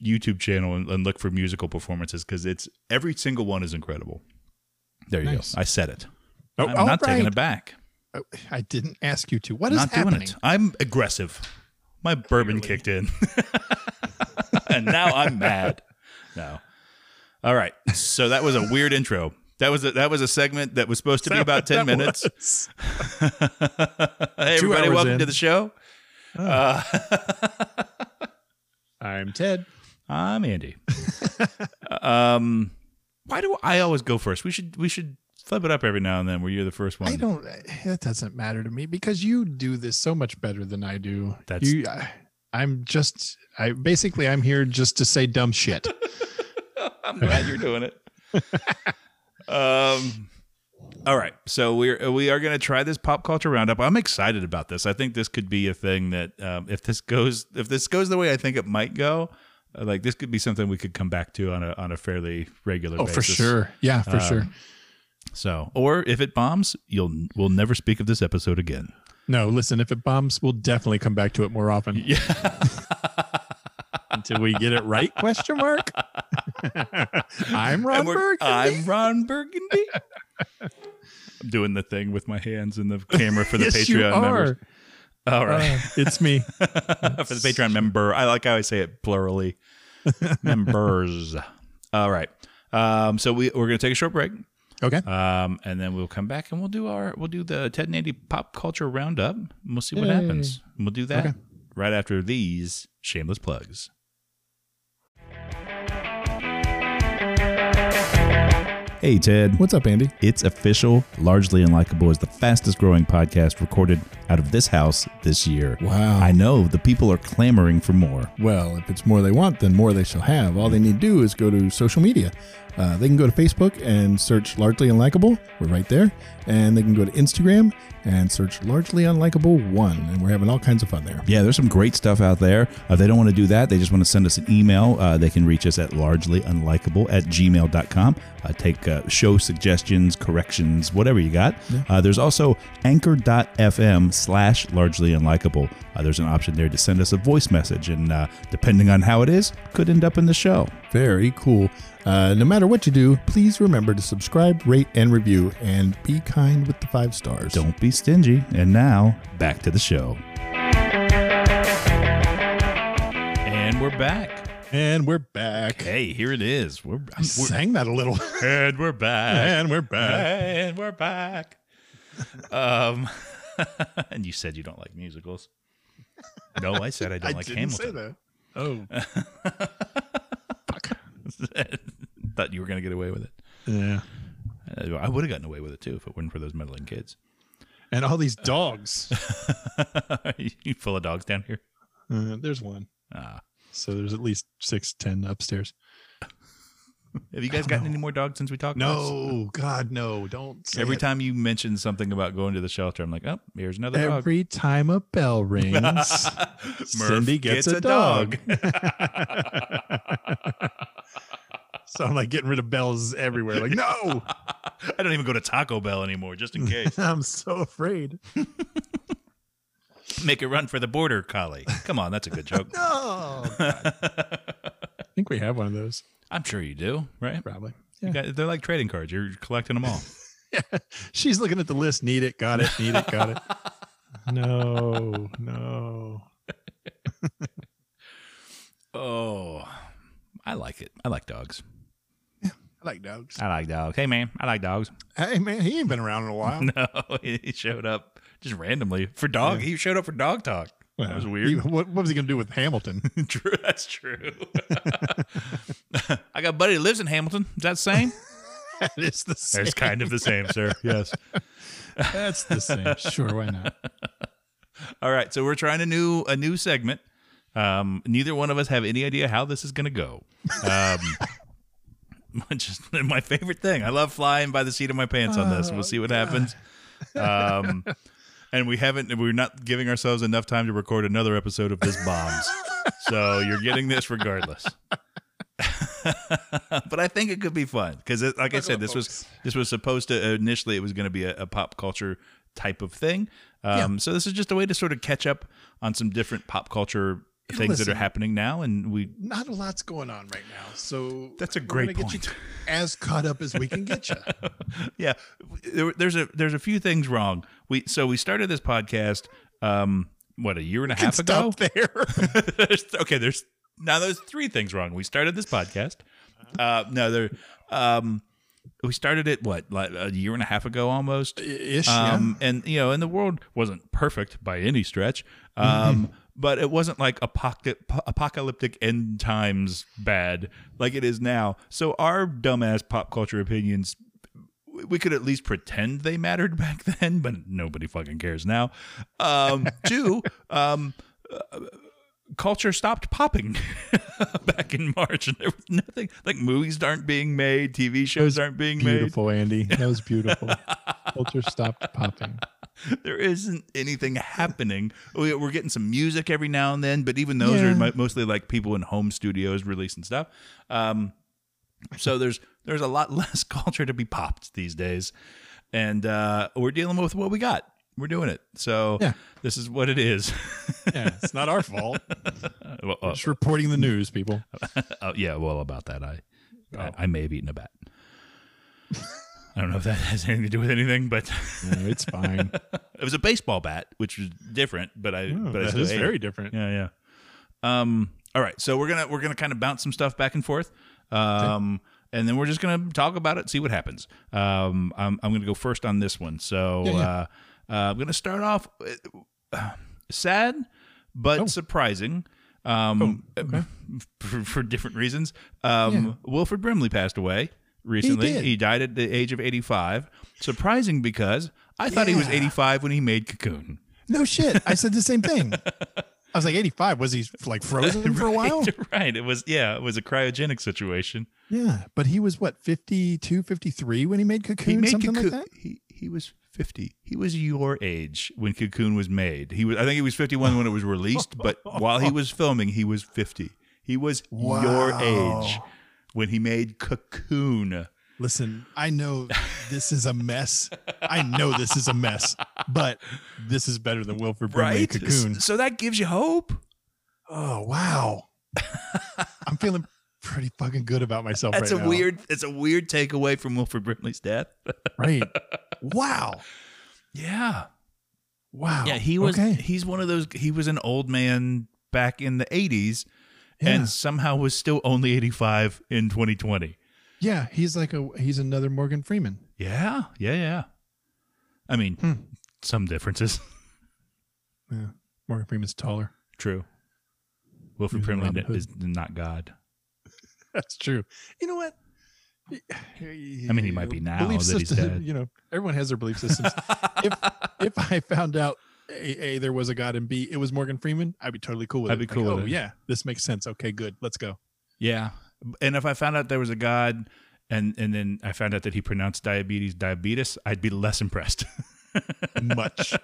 S3: YouTube channel and, and look for musical performances because it's every single one is incredible. There you
S4: Nice.
S3: go. I said it.
S4: Oh,
S3: I'm
S4: all
S3: not taking
S4: right.
S3: it back.
S4: I didn't ask you to. What is
S3: not doing
S4: happening?
S3: it. I'm aggressive. My bourbon kicked in, and now I'm mad. No. All right. So that was a weird intro. That was a, that was a segment that was supposed to be about ten minutes. hey,
S4: Two
S3: everybody,
S4: hours
S3: welcome
S4: in.
S3: to the show.
S4: I'm Ted.
S3: I'm Andy. um, why do I always go first? We should we should flip it up every now and then where you're the first one.
S4: I don't. That doesn't matter to me because you do this so much better than I do.
S3: That's-
S4: you. I, I'm just. I basically I'm here just to say dumb shit.
S3: I'm glad you're doing it. um, all right, so we're uh, we are going to try this pop culture roundup. I'm excited about this. I think this could be a thing that um, if this goes if this goes the way I think it might go, uh, like this could be something we could come back to on a on a fairly regular.
S4: oh,
S3: basis.
S4: for sure. Yeah, for sure.
S3: So, or if it bombs, you'll we'll never speak of this episode again.
S4: No, listen. If it bombs, we'll definitely come back to it more often. Yeah. Until we get it right? Question mark. I'm Ron
S3: And we're-
S4: Burgundy.
S3: I'm Ron Burgundy. I'm doing the thing with my hands in the camera for the
S4: yes,
S3: Patreon
S4: you
S3: members.
S4: are.
S3: All right.
S4: Uh, it's me.
S3: for the Patreon member. I like how I say it plurally. Members. All right. Um, so we we're gonna take a short break,
S4: Okay.
S3: um, and then we'll come back and we'll do our we'll do the Ted and Andy pop culture roundup. And we'll see what
S4: Yay.
S3: happens. And we'll do that
S4: Okay.
S3: right after these shameless plugs. Hey Ted,
S4: What's up, Andy?
S3: it's official. Largely Unlikable is the fastest growing podcast recorded out of this house this year.
S5: Wow.
S3: I know the people are clamoring for more.
S5: Well, if it's more they want, then more they shall have. All they need to do is go to social media Uh, they can go to Facebook and search Largely Unlikable. We're right there. And they can go to Instagram and search Largely Unlikable 1. And we're having all kinds of fun there.
S6: Yeah, there's some great stuff out there. Uh, they don't want to do that. They just want to send us an email. Uh, they can reach us at largelyunlikable at gmail.com. Uh, take uh, show suggestions, corrections, whatever you got. Uh, there's also anchor.fm slash largely unlikable. Uh, there's an option there to send us a voice message. And uh, depending on how it is, could end up in the show.
S5: Very cool. Uh, no matter what you do, please remember to subscribe, rate, and review, and be kind with the five stars.
S6: Don't be stingy. And now, back to the show.
S3: And we're back.
S4: And we're back.
S3: Hey, here it is. We're,
S4: I sang that a little.
S3: and we're back.
S4: and we're back.
S3: And we're back. Um, and you said you don't like musicals. No, I said I don't
S4: I
S3: like
S4: didn't
S3: Hamilton.
S4: say that. Oh,
S3: Thought you were gonna get away with it.
S4: yeah.
S3: Uh, I would have gotten away with it too if it weren't for those meddling kids.
S4: And all these dogs.
S3: you full of dogs down here.
S4: Uh, there's one.
S3: Ah.
S4: So there's at least six, ten upstairs.
S3: Have you guys gotten any more dogs since we talked? last?
S4: No, God, no! Don't. Say
S3: Every
S4: it.
S3: time you mention something about going to the shelter, I'm like, oh, here's another dog.
S4: Every time a bell rings, Cindy gets, a, dog. so I'm like getting rid of bells everywhere. Like, no,
S3: I don't even go to Taco Bell anymore, just in case.
S4: I'm so afraid.
S3: Make it run for the border collie. Come on, that's a good joke.
S4: I think we have one of those,
S3: I'm sure you do, right?
S4: probably.
S3: You got- they're like trading cards. You're collecting them all.
S4: She's looking at the list. Need it. Got it. Need it. Got it. No, no.
S3: oh, I like it. I like dogs.
S4: I like dogs.
S3: I like dogs. Hey, man, I like dogs.
S4: Hey, man, he ain't been around in a while.
S3: No, Oh, he showed up just randomly for dog. He showed up for dog talk. that was weird.
S4: He- what, what was he going to do with Hamilton?
S3: True, that's true. I got a buddy that lives in Hamilton. Is that the same?
S4: it's the same.
S3: It's kind of the same, sir. Yes.
S4: That's the same. Sure, why not?
S3: All right, so we're trying a new a new segment. Um, neither one of us have any idea how this is going to go. Um, which is my favorite thing. I love flying by the seat of my pants on this. We'll see what happens. Um, and we haven't. We're not giving ourselves enough time to record another episode of this bombs. so you're getting this regardless. but I think it could be fun because, like I said, this was this was supposed to initially it was going to be a, a pop culture type of thing. Um, So this is just a way to sort of catch up on some different pop culture things that
S4: listen.
S3: are happening now, and we
S4: Not a lot's going on right now. So
S3: That's a
S4: we're
S3: great
S4: gonna get
S3: point.
S4: you as caught up as we can get you.
S3: yeah there, there's a there's a few things wrong. We so we started this podcast um what a year and a half ago.
S4: Stop there.
S3: There's- okay, there's now there's three things wrong. We started this podcast.
S4: Uh-huh.
S3: Uh, no, there. Um, we started it what like a year and a half ago almost.
S4: Ish.
S3: Um, and you know, and the world wasn't perfect by any stretch. Um, but it wasn't like apoc- apocalyptic end times bad like it is now. So our dumbass pop culture opinions we could at least pretend they mattered back then, but nobody fucking cares now. Um, two, um, uh, culture stopped popping back in March, and there was nothing like movies aren't being made, TV shows aren't being
S4: beautiful, Andy. That was beautiful. Culture stopped popping.
S3: made. There isn't anything happening. We, we're getting some music every now and then, but even those are mi- mostly like people in home studios releasing stuff. Um, so there's there's a lot less culture to be popped these days, and uh, we're dealing with what we got. We're doing it. So
S4: Yeah.
S3: this is what it is.
S4: Yeah, it's not our fault.
S3: Well, uh,
S4: Just reporting the news, people.
S3: Oh yeah, well about that I,
S4: Oh.
S3: I I may have eaten a bat. I don't know if that has anything to do with anything, but
S4: No, it's fine.
S3: it was a baseball bat, which was different. But I but I
S4: Oh, that
S3: still
S4: is
S3: ate
S4: very
S3: it.
S4: different.
S3: Yeah, yeah. Um. All right, so we're gonna we're gonna kind of bounce some stuff back and forth. Um. And then we're just gonna talk about it, see what happens. Um, I'm, I'm gonna go first on this one. So Uh, uh, I'm gonna start off uh, sad, but
S4: Oh.
S3: surprising. Um, for, for different reasons. Um, Wilfred Brimley passed away recently. He,
S4: did.
S3: died at the age of 85. Surprising because I thought he was 85 when he made Cocoon.
S4: No shit. I said the same thing. I was like, 85. Was he like frozen for a while?
S3: right. It was yeah. It was a cryogenic situation.
S4: Yeah. But he was what, 52, 53 when he made Cocoon? something like that?
S3: He he was fifty. He was your age when Cocoon was made. He was. I think he was fifty-one when it was released. But while he was filming, he was fifty. He was your age when he made Cocoon.
S4: Listen, I know this is a mess. I know this is a mess, but this is better than Wilford Brimley
S3: Right.
S4: and Cocoon.
S3: So that gives you hope.
S4: Oh, wow. I'm feeling pretty fucking good about myself
S3: That's
S4: right
S3: a
S4: now.
S3: weird. That's a weird takeaway from Wilford Brimley's death.
S4: Right. Wow.
S3: Yeah.
S4: Wow.
S3: Yeah, he was.
S4: Okay.
S3: He's one of those. He was an old man back in the '80s,
S4: Yeah.
S3: and somehow was still only 85 in 2020.
S4: Yeah, he's like a he's another Morgan Freeman.
S3: Yeah, yeah, yeah. I mean,
S4: Hmm.
S3: some differences.
S4: Yeah. Morgan Freeman's taller.
S3: True. Wilfred
S4: He's a
S3: Brimley
S4: Robin Hood.
S3: is not God.
S4: That's true. You know what? I
S3: mean, he might be now that he's dead.
S4: You know, everyone has their belief systems. if if I found out a, a there was a god and b it was Morgan Freeman, I'd be totally cool with
S3: I'd
S4: it.
S3: be
S4: Like,
S3: cool with
S4: oh
S3: it.
S4: yeah, this makes sense. Okay, good. Let's go.
S3: Yeah, and if I found out there was a God, and and then I found out that he pronounced diabetes diabetes, I'd be less impressed.
S4: Much,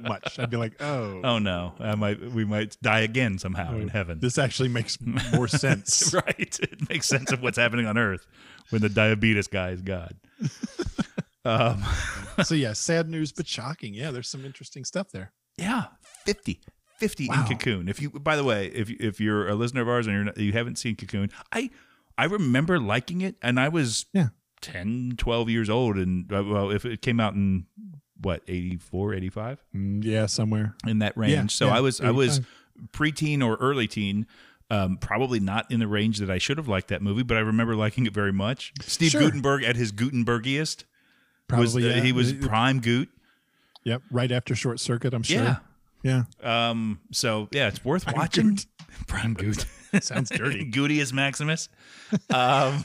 S4: much. I'd be like, oh,
S3: oh no, I might we might die again somehow in heaven.
S4: this actually makes more sense.
S3: right. It makes sense of what's happening on Earth when the diabetes guy is God. Um,
S4: so yeah, sad news but shocking. Yeah, there's some interesting stuff there.
S3: yeah, 50. 50 in Cocoon. If you, by the way, if if you're a listener of ours and you're not, you haven't seen Cocoon, I I remember liking it, and I was
S4: Yeah.
S3: 10, 12 years old, and uh, well, if it came out in what 84, 85?
S4: Mm, yeah, somewhere.
S3: in that range.
S4: Yeah,
S3: so
S4: yeah,
S3: I was I was preteen or early teen. Um, probably not in the range that I should have liked that movie, but I remember liking it very much. Steve
S4: Sure.
S3: Gutenberg at his Gutenbergiest was
S4: Probably.
S3: the-
S4: yeah.
S3: he was prime Goot.
S4: Yep. Right after Short Circuit, I'm sure.
S3: Yeah.
S4: Yeah.
S3: Um, so yeah, it's worth watching. Prime Goot
S4: Sounds dirty.
S3: Gooty is Maximus.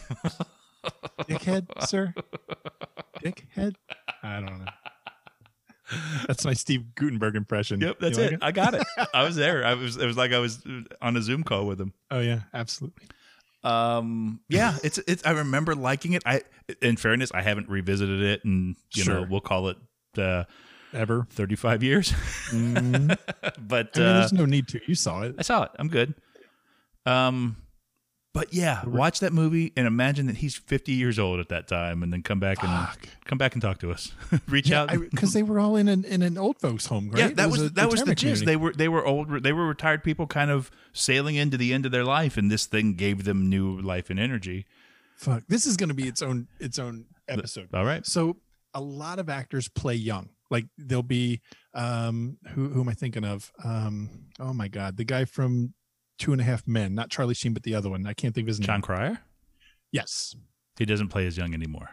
S4: Dickhead, sir. Dickhead. I don't know. That's my Steve Gutenberg impression.
S3: Yep, that's
S4: You
S3: it.
S4: like
S3: I got it. I was there. I was. It was like I was uh, on a Zoom call with him.
S4: Oh yeah, absolutely.
S3: Um, yeah, it's it's. I remember liking it. I, in fairness, I haven't revisited it, and you know,
S4: Sure.
S3: we'll call it uh,
S4: Ever.
S3: 35 years. but
S4: I mean,
S3: uh,
S4: there's no need to. You saw it.
S3: I saw it. I'm good. Um, but yeah, watch that movie and imagine that he's 50 years old at that time, and then come back and
S4: Fuck.
S3: come back and talk to us. Reach out.
S4: because they were all in an in an old folks home, right?
S3: yeah,
S4: It
S3: that was,
S4: a
S3: that was the
S4: retirement
S3: gist. They
S4: community.
S3: were they were old. They were retired people, kind of sailing into the end of their life, and this thing gave them new life and energy.
S4: Fuck. This is going to be its own its own episode.
S3: All right.
S4: So a lot of actors play young. Like they'll be um who who am I thinking of? Um oh my god, the guy from Two and a Half Men, not Charlie Sheen, but the other one. I can't think of his name.
S3: John Cryer.
S4: Yes.
S3: He doesn't play as young anymore.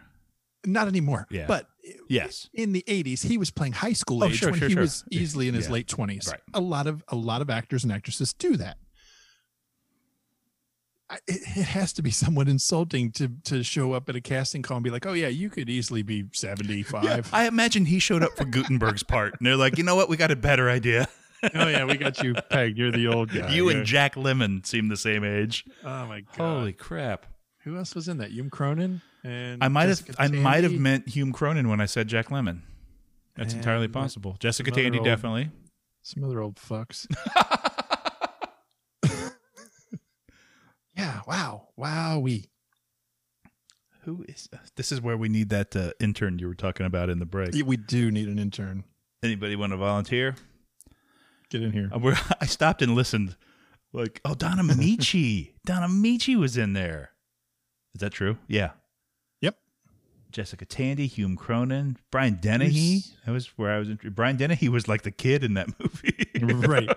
S4: Not anymore.
S3: Yeah.
S4: But
S3: Yes.
S4: in the 80s, he was playing high school
S3: Oh,
S4: age
S3: sure,
S4: when
S3: sure,
S4: he
S3: sure.
S4: was easily in his
S3: Yeah.
S4: late 20s.
S3: Right.
S4: A lot of a lot of actors and actresses do that. I, it, it has to be somewhat insulting to to show up at a casting call and be like, "Oh yeah, you could easily be 75."
S3: I imagine he showed up for Gutenberg's part, and they're like, you know what? We got a better idea.
S4: oh yeah, we got you pegged. You're the old guy.
S3: you and
S4: Yeah.
S3: Jack Lemon seem the same age.
S4: oh my god.
S3: crap!
S4: Who else was in that? Yum Cronin and
S3: I might have
S4: Jessica
S3: I might have
S4: Tandy?
S3: meant Hume Cronin when I said Jack Lemon. That's entirely
S4: And what-
S3: possible. Jessica
S4: some other
S3: Tandy
S4: old-
S3: definitely.
S4: some other old fucks. yeah. Wow. Wowee.
S3: Who is uh, this? Is where we need that uh, intern you were talking about in the break.
S4: Yeah, We do need an intern.
S3: Anybody want to volunteer?
S4: Get in here.
S3: Uh, Where I stopped and listened, like, oh, Donna Michi. Donna Michi was in there. Is that true? Yeah.
S4: Yep.
S3: Jessica Tandy, Hume Cronin, Brian Dennehy.
S4: Who's-
S3: That was where I was. Int- Brian Dennehy was like the kid in that movie.
S4: right.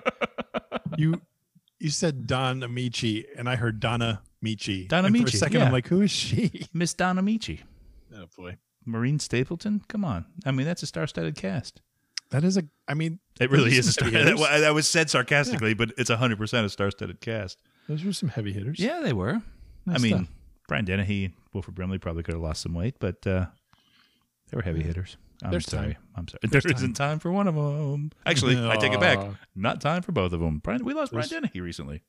S4: You you said Don Amici, and I heard Donna Michi.
S3: Donna
S4: And For a
S3: Michi,
S4: second,
S3: yeah.
S4: I'm like, who is she?
S3: Miss Donna Michi,
S4: Oh boy,
S3: Maureen Stapleton. Come on. I mean, that's a star-studded cast.
S4: that is a. I mean,
S3: It
S4: those
S3: really
S4: are
S3: is. A
S4: some
S3: star-
S4: heavy hitters.
S3: that, wa- that was said sarcastically, but it's hundred percent a star-studded cast.
S4: Those were some heavy hitters.
S3: Yeah, they were. I
S4: Nice
S3: mean,
S4: stuff.
S3: Brian Dennehy, Wilford Brimley probably could have lost some weight, but uh, they were heavy hitters. I'm
S4: There's
S3: sorry.
S4: time.
S3: I'm sorry. There not time for one of them. Actually, I take it back. Not time for both of them. Brian, we lost Brian Dennehy recently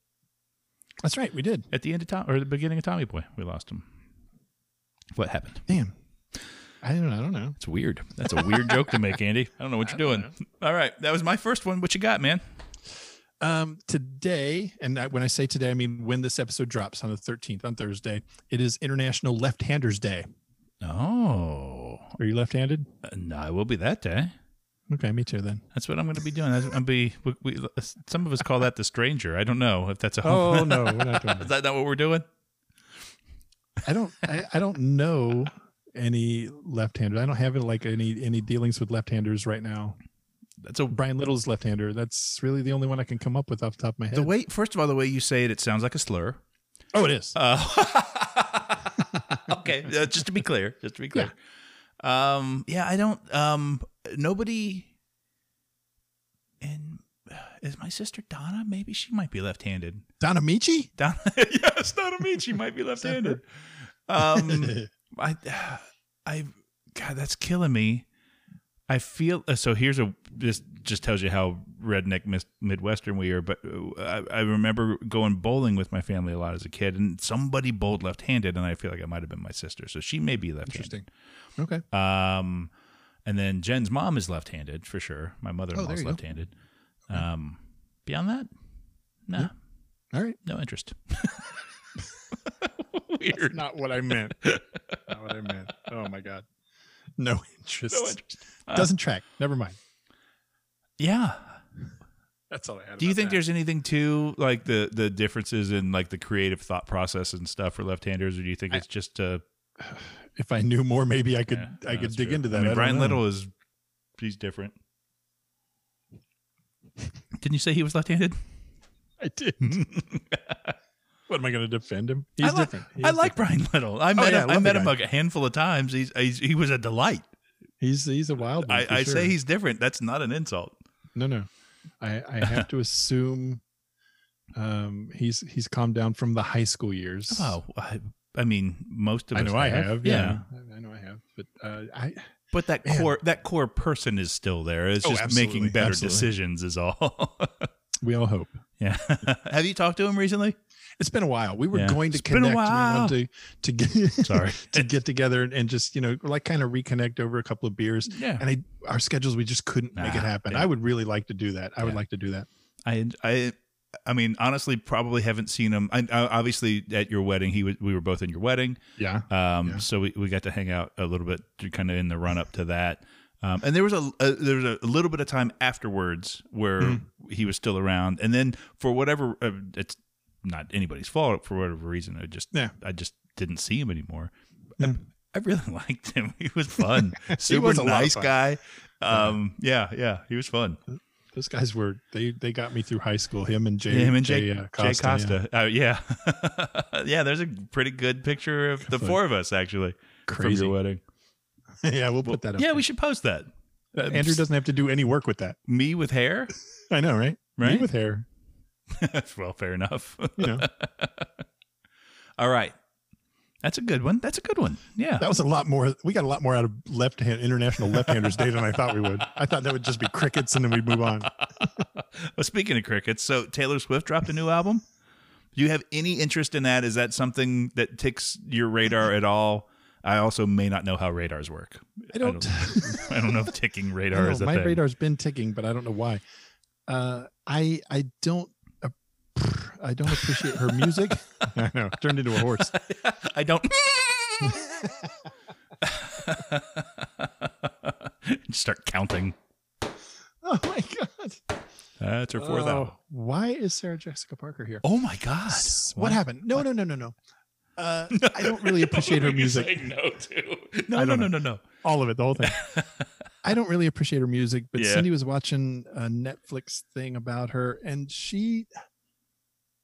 S4: That's right. We did.
S3: at the end of Tom or the beginning of Tommy Boy. We lost him. What happened?
S4: Damn. I don't. I don't know.
S3: It's weird. That's a weird joke to make, Andy. I don't know what you're doing. All right, that was my first one. What you got, man?
S4: Um, today, and I, when I say today, I mean when this episode drops on the 13th on Thursday. It is International Left-Handers Day.
S3: Oh,
S4: Are you left-handed?
S3: no, I will be that day.
S4: Okay, me too. Then.
S3: That's what I'm going to be doing. That's- I'm be. We, we, some of us call that the stranger. I don't know if that's a.
S4: Oh no, we're not doing
S3: Is
S4: that.
S3: that not what we're doing?
S4: I don't. I, I don't know any left-handers. I don't have like any any dealings with left-handers right now.
S3: That's a
S4: Brian Little's left-hander. That's really the only one I can come up with off the top of my head.
S3: The way, first of all, the way you say it, it sounds like a slur.
S4: oh, it is.
S3: okay, uh, just to be clear, just to be clear. Yeah. Um, yeah, I don't. Um, nobody. And uh, is my sister Donna? Maybe she might be left-handed.
S4: Don Amici?
S3: Donna, yes, Donna means she might be left-handed. Um, I, I, God, that's killing me. I feel uh, so. Here's a this just tells you how redneck mis- midwestern we are. But uh, I, I remember going bowling with my family a lot as a kid, and somebody bowled left-handed, and I feel like it might have been my sister, so she may be left-handed.
S4: Interesting. Okay.
S3: Um, and then Jen's mom is left-handed for sure. My mother-in-law
S4: Oh, there
S3: is
S4: you go.
S3: left-handed. Um, beyond that, no,
S4: All right.
S3: no interest. Weird.
S4: Not what I meant. Not what I meant. Oh my god. No interest. Uh,
S3: No interest.
S4: Doesn't track. Never mind.
S3: Yeah.
S4: That's all I had.
S3: Do you think there's anything to like the the differences in like the creative thought process and stuff for left-handers, or do you think it's just uh,
S4: If I knew more, maybe I could.
S3: yeah,
S4: I
S3: no,
S4: could
S3: that's
S4: dig
S3: true.
S4: into that.
S3: I mean,
S4: don't
S3: Brian
S4: know.
S3: Little is he's different. Didn't you say he was left-handed?
S4: I did. Hmm. what am I going to defend him? He's
S3: I li-
S4: different. He's
S3: I like Brian Little. I met
S4: Oh, yeah, I
S3: him,
S4: love
S3: I
S4: the
S3: met him
S4: guy.
S3: like a handful of times. He's, he's he was a delight.
S4: different. He's he's a wild. One
S3: I,
S4: for
S3: I
S4: sure.
S3: say he's different. That's not an insult.
S4: no no. I I have to assume. Um, he's he's calmed down from the high school years.
S3: Oh, I, I mean, most of
S4: I
S3: us
S4: know I have. Yeah, I, I know I have. But uh, I
S3: But that
S4: Man.
S3: core that core person is still there. It's
S4: Oh,
S3: just
S4: absolutely,
S3: making better
S4: absolutely.
S3: decisions is all.
S4: we all hope.
S3: yeah. have you talked to him recently?
S4: It's been a while. We were
S3: Yeah.
S4: going to
S3: It's been a
S4: connect. We
S3: while.
S4: wanted to to get
S3: Sorry.
S4: to get together and, and just you know like kind of reconnect over a couple of beers.
S3: Yeah.
S4: And I our schedules we just couldn't make
S3: Nah,
S4: it happen.
S3: yeah.
S4: I would really like to do that. I would
S3: Yeah.
S4: like to do that.
S3: I I I mean, honestly, probably haven't seen him. I, I obviously at your wedding, he was, we were both in your wedding.
S4: Yeah.
S3: Um,
S4: Yeah.
S3: so we, we got to hang out a little bit, kind of in the run up to that. Um, and there was a, a there was a little bit of time afterwards where
S4: Hmm.
S3: he was still around, and then for whatever uh, it's not anybody's fault for whatever reason, I just
S4: Yeah. Hmm.
S3: I just didn't see him anymore. I, I really liked him. He was fun, super
S4: was a lot of
S3: nice
S4: fun.
S3: guy. Um, yeah, yeah, he was fun.
S4: Those guys were they they got me through high school. Him and Jay.
S3: Yeah, him and
S4: Jay,
S3: Jay,
S4: uh,
S3: Jay Costa. Uh, yeah, yeah. There's a pretty good picture of the four of us actually
S4: Crazy.
S3: from your wedding.
S4: Yeah, yeah we'll put that up.
S3: Yeah, we should post that.
S4: Uh, Andrew doesn't have to do any work with that.
S3: Me with hair.
S4: I know, right? Me
S3: Right?
S4: with hair.
S3: well, fair enough.
S4: You know,
S3: All right, that's a good one. That's a good one. Yeah,
S4: that was a lot more. We got a lot more out of left hand international left handers day than I thought we would. I thought that would just be crickets and then we'd move on.
S3: Well, speaking of crickets, so Taylor Swift dropped a new album. Do you have any interest in that? Is that something that ticks your radar at all? I also may not know how radars work.
S4: I don't.
S3: I don't know if ticking
S4: I
S3: radar
S4: know,
S3: is a
S4: my
S3: thing.
S4: radar's been ticking, but I don't know why. Uh, I I don't ap- I don't appreciate her music. I know, turned into a horse.
S3: I don't. Start counting.
S4: Oh my god!
S3: That's her fourth album.
S4: Oh, why is Sarah Jessica Parker here?
S3: Oh my god!
S4: what, happened? No, no, no, no, no. Uh, I don't really appreciate her music.
S3: no to. No,
S4: I
S3: no,
S4: don't
S3: no, no, no.
S4: All of it, the whole thing. I don't really appreciate her music, but
S3: Yeah.
S4: Cindy was watching a Netflix thing about her, and she,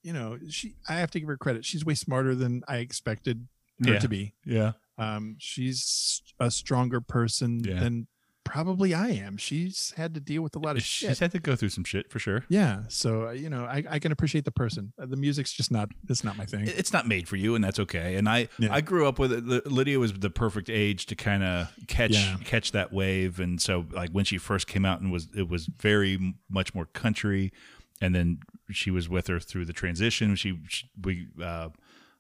S4: you know, she. I have to give her credit. She's way smarter than I expected her
S3: Yeah.
S4: to be.
S3: Yeah.
S4: um she's a stronger person
S3: Yeah.
S4: than probably I am. She's had to deal with a lot of
S3: She's
S4: shit.
S3: had to go through some shit for sure.
S4: yeah, so uh, you know, I, I can appreciate the person. Uh, The music's just not it's not my thing.
S3: It- It's not made for you, and that's okay. And I,
S4: Yeah.
S3: I grew up with it. L- Lydia was the perfect age to kind of catch
S4: Yeah.
S3: catch that wave. And so, like when she first came out, and was it was very m- much more country. And then she was with her through the transition. She, she we uh,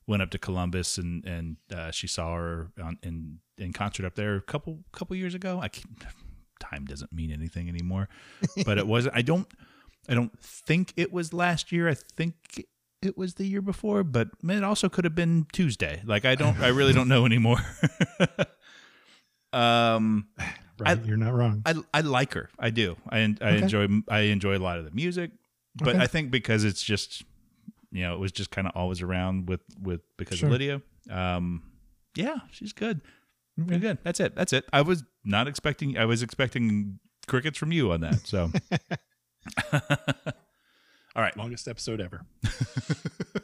S3: went up to Columbus, and and uh, she saw her on, in in concert up there a couple couple years ago. I can't, time doesn't mean anything anymore, but it was. I don't. I don't think it was last year. I think it was the year before, but man, it also could have been Tuesday. Like I don't, I really don't know anymore. um,
S4: right? You're not wrong.
S3: I I like her. I do. I en- I enjoy I enjoy a lot of the music, but I think because it's just you know it was just kind of always around with with because of Lydia. Um, yeah, she's good. You're good. That's it. That's it. I was not expecting. I was expecting crickets from you on that. So. All right.
S4: Longest episode ever.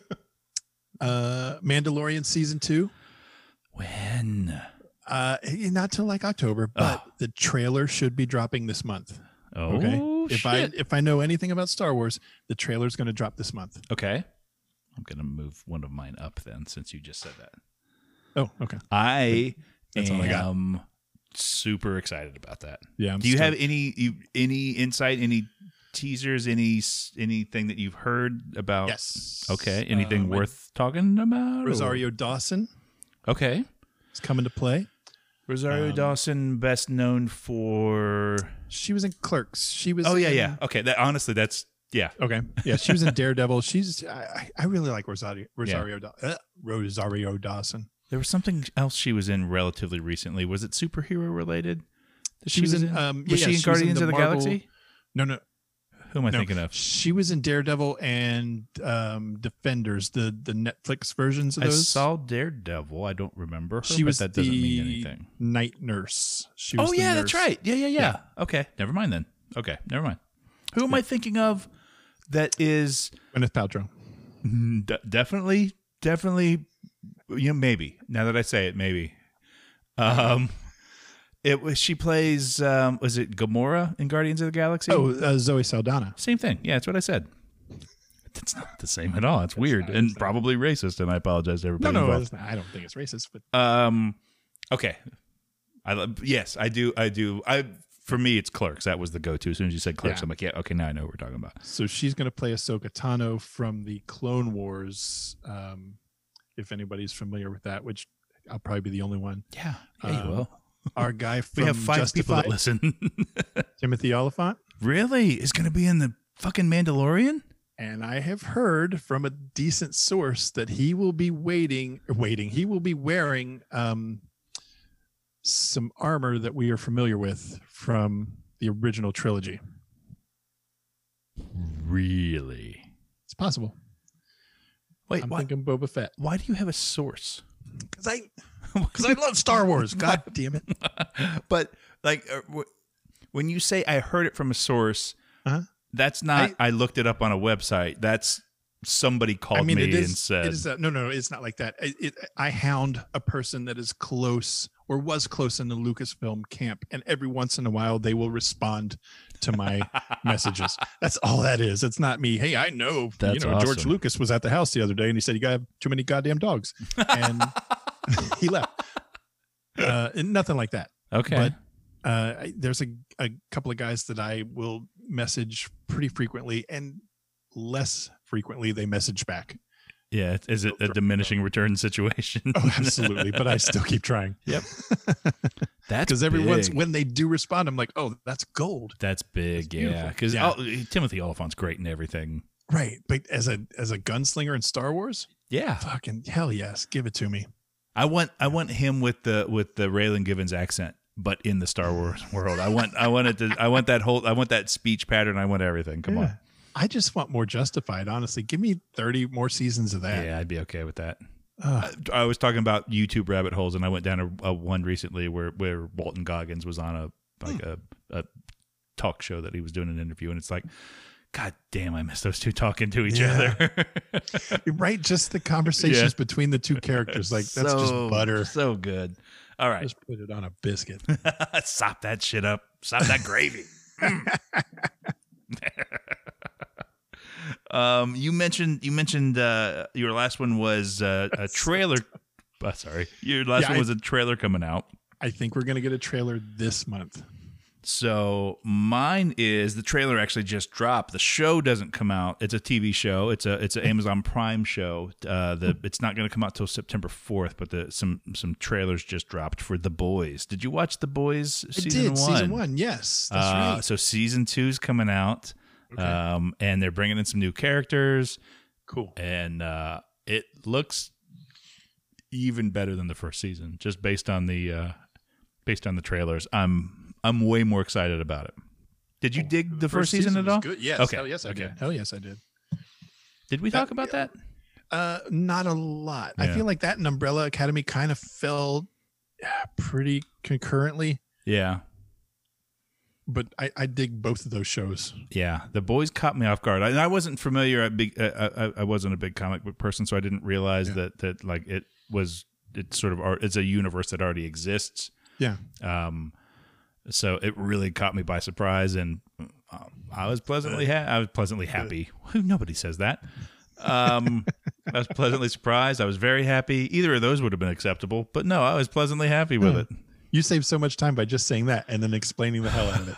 S4: uh Mandalorian season 2.
S3: When?
S4: Uh not till like October, but the trailer should be dropping this month.
S3: Oh,
S4: Okay. if I
S3: shit.
S4: if I know anything about Star Wars, the trailer's going to drop this month.
S3: Okay. I'm going to move one of mine up then since you just said that.
S4: Oh, okay.
S3: I
S4: That's all I got.
S3: am super excited about that.
S4: Yeah. I'm
S3: Do you
S4: stoked.
S3: have any you, any insight, any teasers, any s- anything that you've heard about?
S4: Yes.
S3: Okay. Anything
S4: Um, I-
S3: worth talking about? or-
S4: Rosario Dawson
S3: Okay.
S4: is coming to play. Um,
S3: Rosario Dawson, best known for.
S4: She was in Clerks. She was.
S3: Oh yeah,
S4: in-
S3: yeah. Okay. That honestly, that's yeah.
S4: Okay. Yeah, she was in Daredevil. She's. I, I I really like Rosario Rosario Daw- uh, Rosario Dawson.
S3: There was something else she was in relatively recently. Was it superhero related? that
S4: She was in, um,
S3: was
S4: yeah,
S3: she in
S4: she was in
S3: Guardians
S4: the
S3: of the
S4: Marvel-
S3: Galaxy?
S4: No, no,
S3: Who am I
S4: no.
S3: thinking of?
S4: She was in Daredevil and um, Defenders, the the Netflix versions of
S3: I
S4: those.
S3: saw Daredevil. I don't remember her.
S4: she
S3: but
S4: was
S3: that doesn't
S4: the
S3: mean anything.
S4: night nurse. She was
S3: Oh
S4: the
S3: yeah, that's
S4: nurse.
S3: right. Yeah, yeah, yeah, Okay, never mind then. Okay, never mind. Who am I thinking of? That is
S4: Gwyneth Paltrow.
S3: de- definitely, definitely. You know, maybe now that I say it, maybe. Um, it was she plays. Um, was it Gamora in Guardians of the Galaxy?
S4: Oh, uh, Zoe Saldana.
S3: Same thing. Yeah, that's what I said. That's not the same at all. It's weird and probably racist. And I apologize to
S4: No,
S3: everybody.
S4: no,
S3: involved.
S4: it's not- I don't think it's racist, but
S3: Um, okay. I lo- yes, I do. I do. I for me, it's Clerks. That was the go-to. As soon as you said Clerks,
S4: Yeah.
S3: I'm like, yeah, okay, now I know what we're talking about.
S4: So she's going to play Ahsoka Tano from the Clone Wars. Um, if anybody's familiar with that, which I'll probably be the only one.
S3: Yeah,
S4: Um, Our guy from
S3: We have five people
S4: Justified,
S3: that listen.
S4: Timothy Oliphant,
S3: really, is going to be in the fucking Mandalorian?
S4: and I have heard from a decent source that he will be waiting, waiting. He will be wearing um, some armor that we are familiar with from the original trilogy.
S3: Really?
S4: It's possible.
S3: Wait,
S4: I'm
S3: why,
S4: thinking Boba Fett
S3: why do you have a source?
S4: because I because I love Star Wars. God damn it.
S3: but like, uh, wh- when you say I heard it from a source,
S4: Uh-huh.
S3: that's not I, looked it up on a website. That's somebody called me
S4: it is,
S3: and said,
S4: it is a, no, no, it's not like that. I- it, I hound a person that is close or was close in the Lucasfilm camp, and every once in a while they will respond to my messages. That's all that is. It's not me. Hey, I know
S3: That's
S4: you know George
S3: awesome.
S4: Lucas was at the house the other day, and he said you got too many goddamn dogs, and he left. Uh, and nothing like that
S3: "Okay,
S4: but uh, I- there's a, a couple of guys that I will message pretty frequently and less frequently they message back.
S3: Yeah, it- is it a diminishing return situation?
S4: Oh, absolutely. but I still keep trying
S3: that's
S4: because every once
S3: big.
S4: when they do respond, I'm like, oh, that's gold.
S3: that's big, yeah.
S4: beautiful.
S3: Because
S4: Yeah.
S3: Timothy Oliphant's great and everything.
S4: Right. But as a as a gunslinger in Star Wars,
S3: Yeah,
S4: fucking hell yes. Give it to me.
S3: I want I want him with the with the Raylan Givens accent, but in the Star Wars world. I want I want it to I want that whole I want that speech pattern. I want everything. Come on,
S4: I just want more justified, honestly. Give me 30 more seasons of that.
S3: yeah, I'd be okay with that.
S4: Ugh.
S3: I was talking about YouTube rabbit holes, and I went down a, a one recently where where Walton Goggins was on a like
S4: Hmm.
S3: a, a talk show that he was doing an interview, and it's like, God damn, I miss those two talking to each
S4: Yeah.
S3: other.
S4: right. Just the conversations between the two characters. Like that's just butter.
S3: So good. All right,
S4: Just put it on a biscuit.
S3: sop that shit up. Stop that gravy. Mm. um, you mentioned you mentioned uh, your last one was uh, a trailer. uh, sorry, your last
S4: Yeah,
S3: one
S4: I-
S3: was a trailer coming out.
S4: I think we're gonna get a trailer this month.
S3: So mine is the trailer actually just dropped. The show doesn't come out. It's a TV show. It's a it's
S4: Hmm.
S3: an Amazon Prime show. Uh, the it's not going to come out till September fourth. But the some some trailers just dropped for The Boys. Did you watch The Boys season
S4: I did
S3: one?
S4: season one. Yes, that's
S3: Uh,
S4: right.
S3: So season two's coming out, um, and they're bringing in some new characters,
S4: Cool.
S3: and uh, it looks even better than the first season, just based on the uh, based on the trailers. I'm I'm way more excited about it. Did you dig the, first, season, at
S4: was
S3: all?
S4: Good. Yes.
S3: Okay.
S4: Hell yes, I
S3: okay.
S4: did. Hell yes, I did.
S3: Did we talk about that?
S4: Uh, not a lot. I
S3: Yeah.
S4: feel like that and Umbrella Academy kind of fell yeah, pretty concurrently,
S3: Yeah.
S4: but I, I dig both of those shows.
S3: Yeah, the boys caught me off guard, and I wasn't familiar. I big, uh, I, I- I wasn't a big comic book person, so I didn't realize that that like it was it's sort of ar- it's a universe that already exists.
S4: Yeah.
S3: Um, so it really caught me by surprise, and um, I was pleasantly ha- I was pleasantly happy. Nobody says that. Um, I was pleasantly surprised. I was very happy. Either of those would have been acceptable, but no, I was pleasantly happy with it.
S4: You saved so much time by just saying that and then explaining the hell out of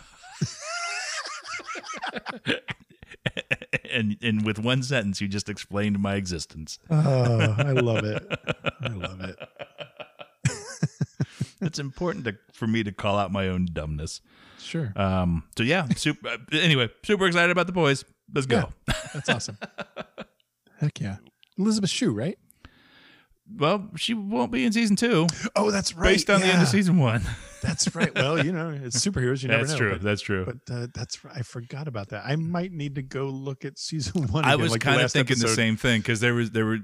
S4: it.
S3: and and with one sentence, you just explained my existence.
S4: Oh, I love it. I love it.
S3: it's important to, for me to call out my own dumbness.
S4: Sure.
S3: Um, so yeah, super, uh, anyway, super excited about the boys. Let's go.
S4: That's awesome. Heck yeah. Elizabeth Shue, right?
S3: Well, she won't be in season two
S4: Oh, that's right.
S3: based on the end
S4: yeah.
S3: of season one.
S4: That's right. Well, you know, it's superheroes. You never
S3: That's
S4: know.
S3: true.
S4: but-
S3: That's true.
S4: But uh, that's right. I forgot about that. I might need to go look at season one.
S3: I
S4: again,
S3: was
S4: like the
S3: kind of
S4: last
S3: thinking the
S4: episode.
S3: same thing because there was there were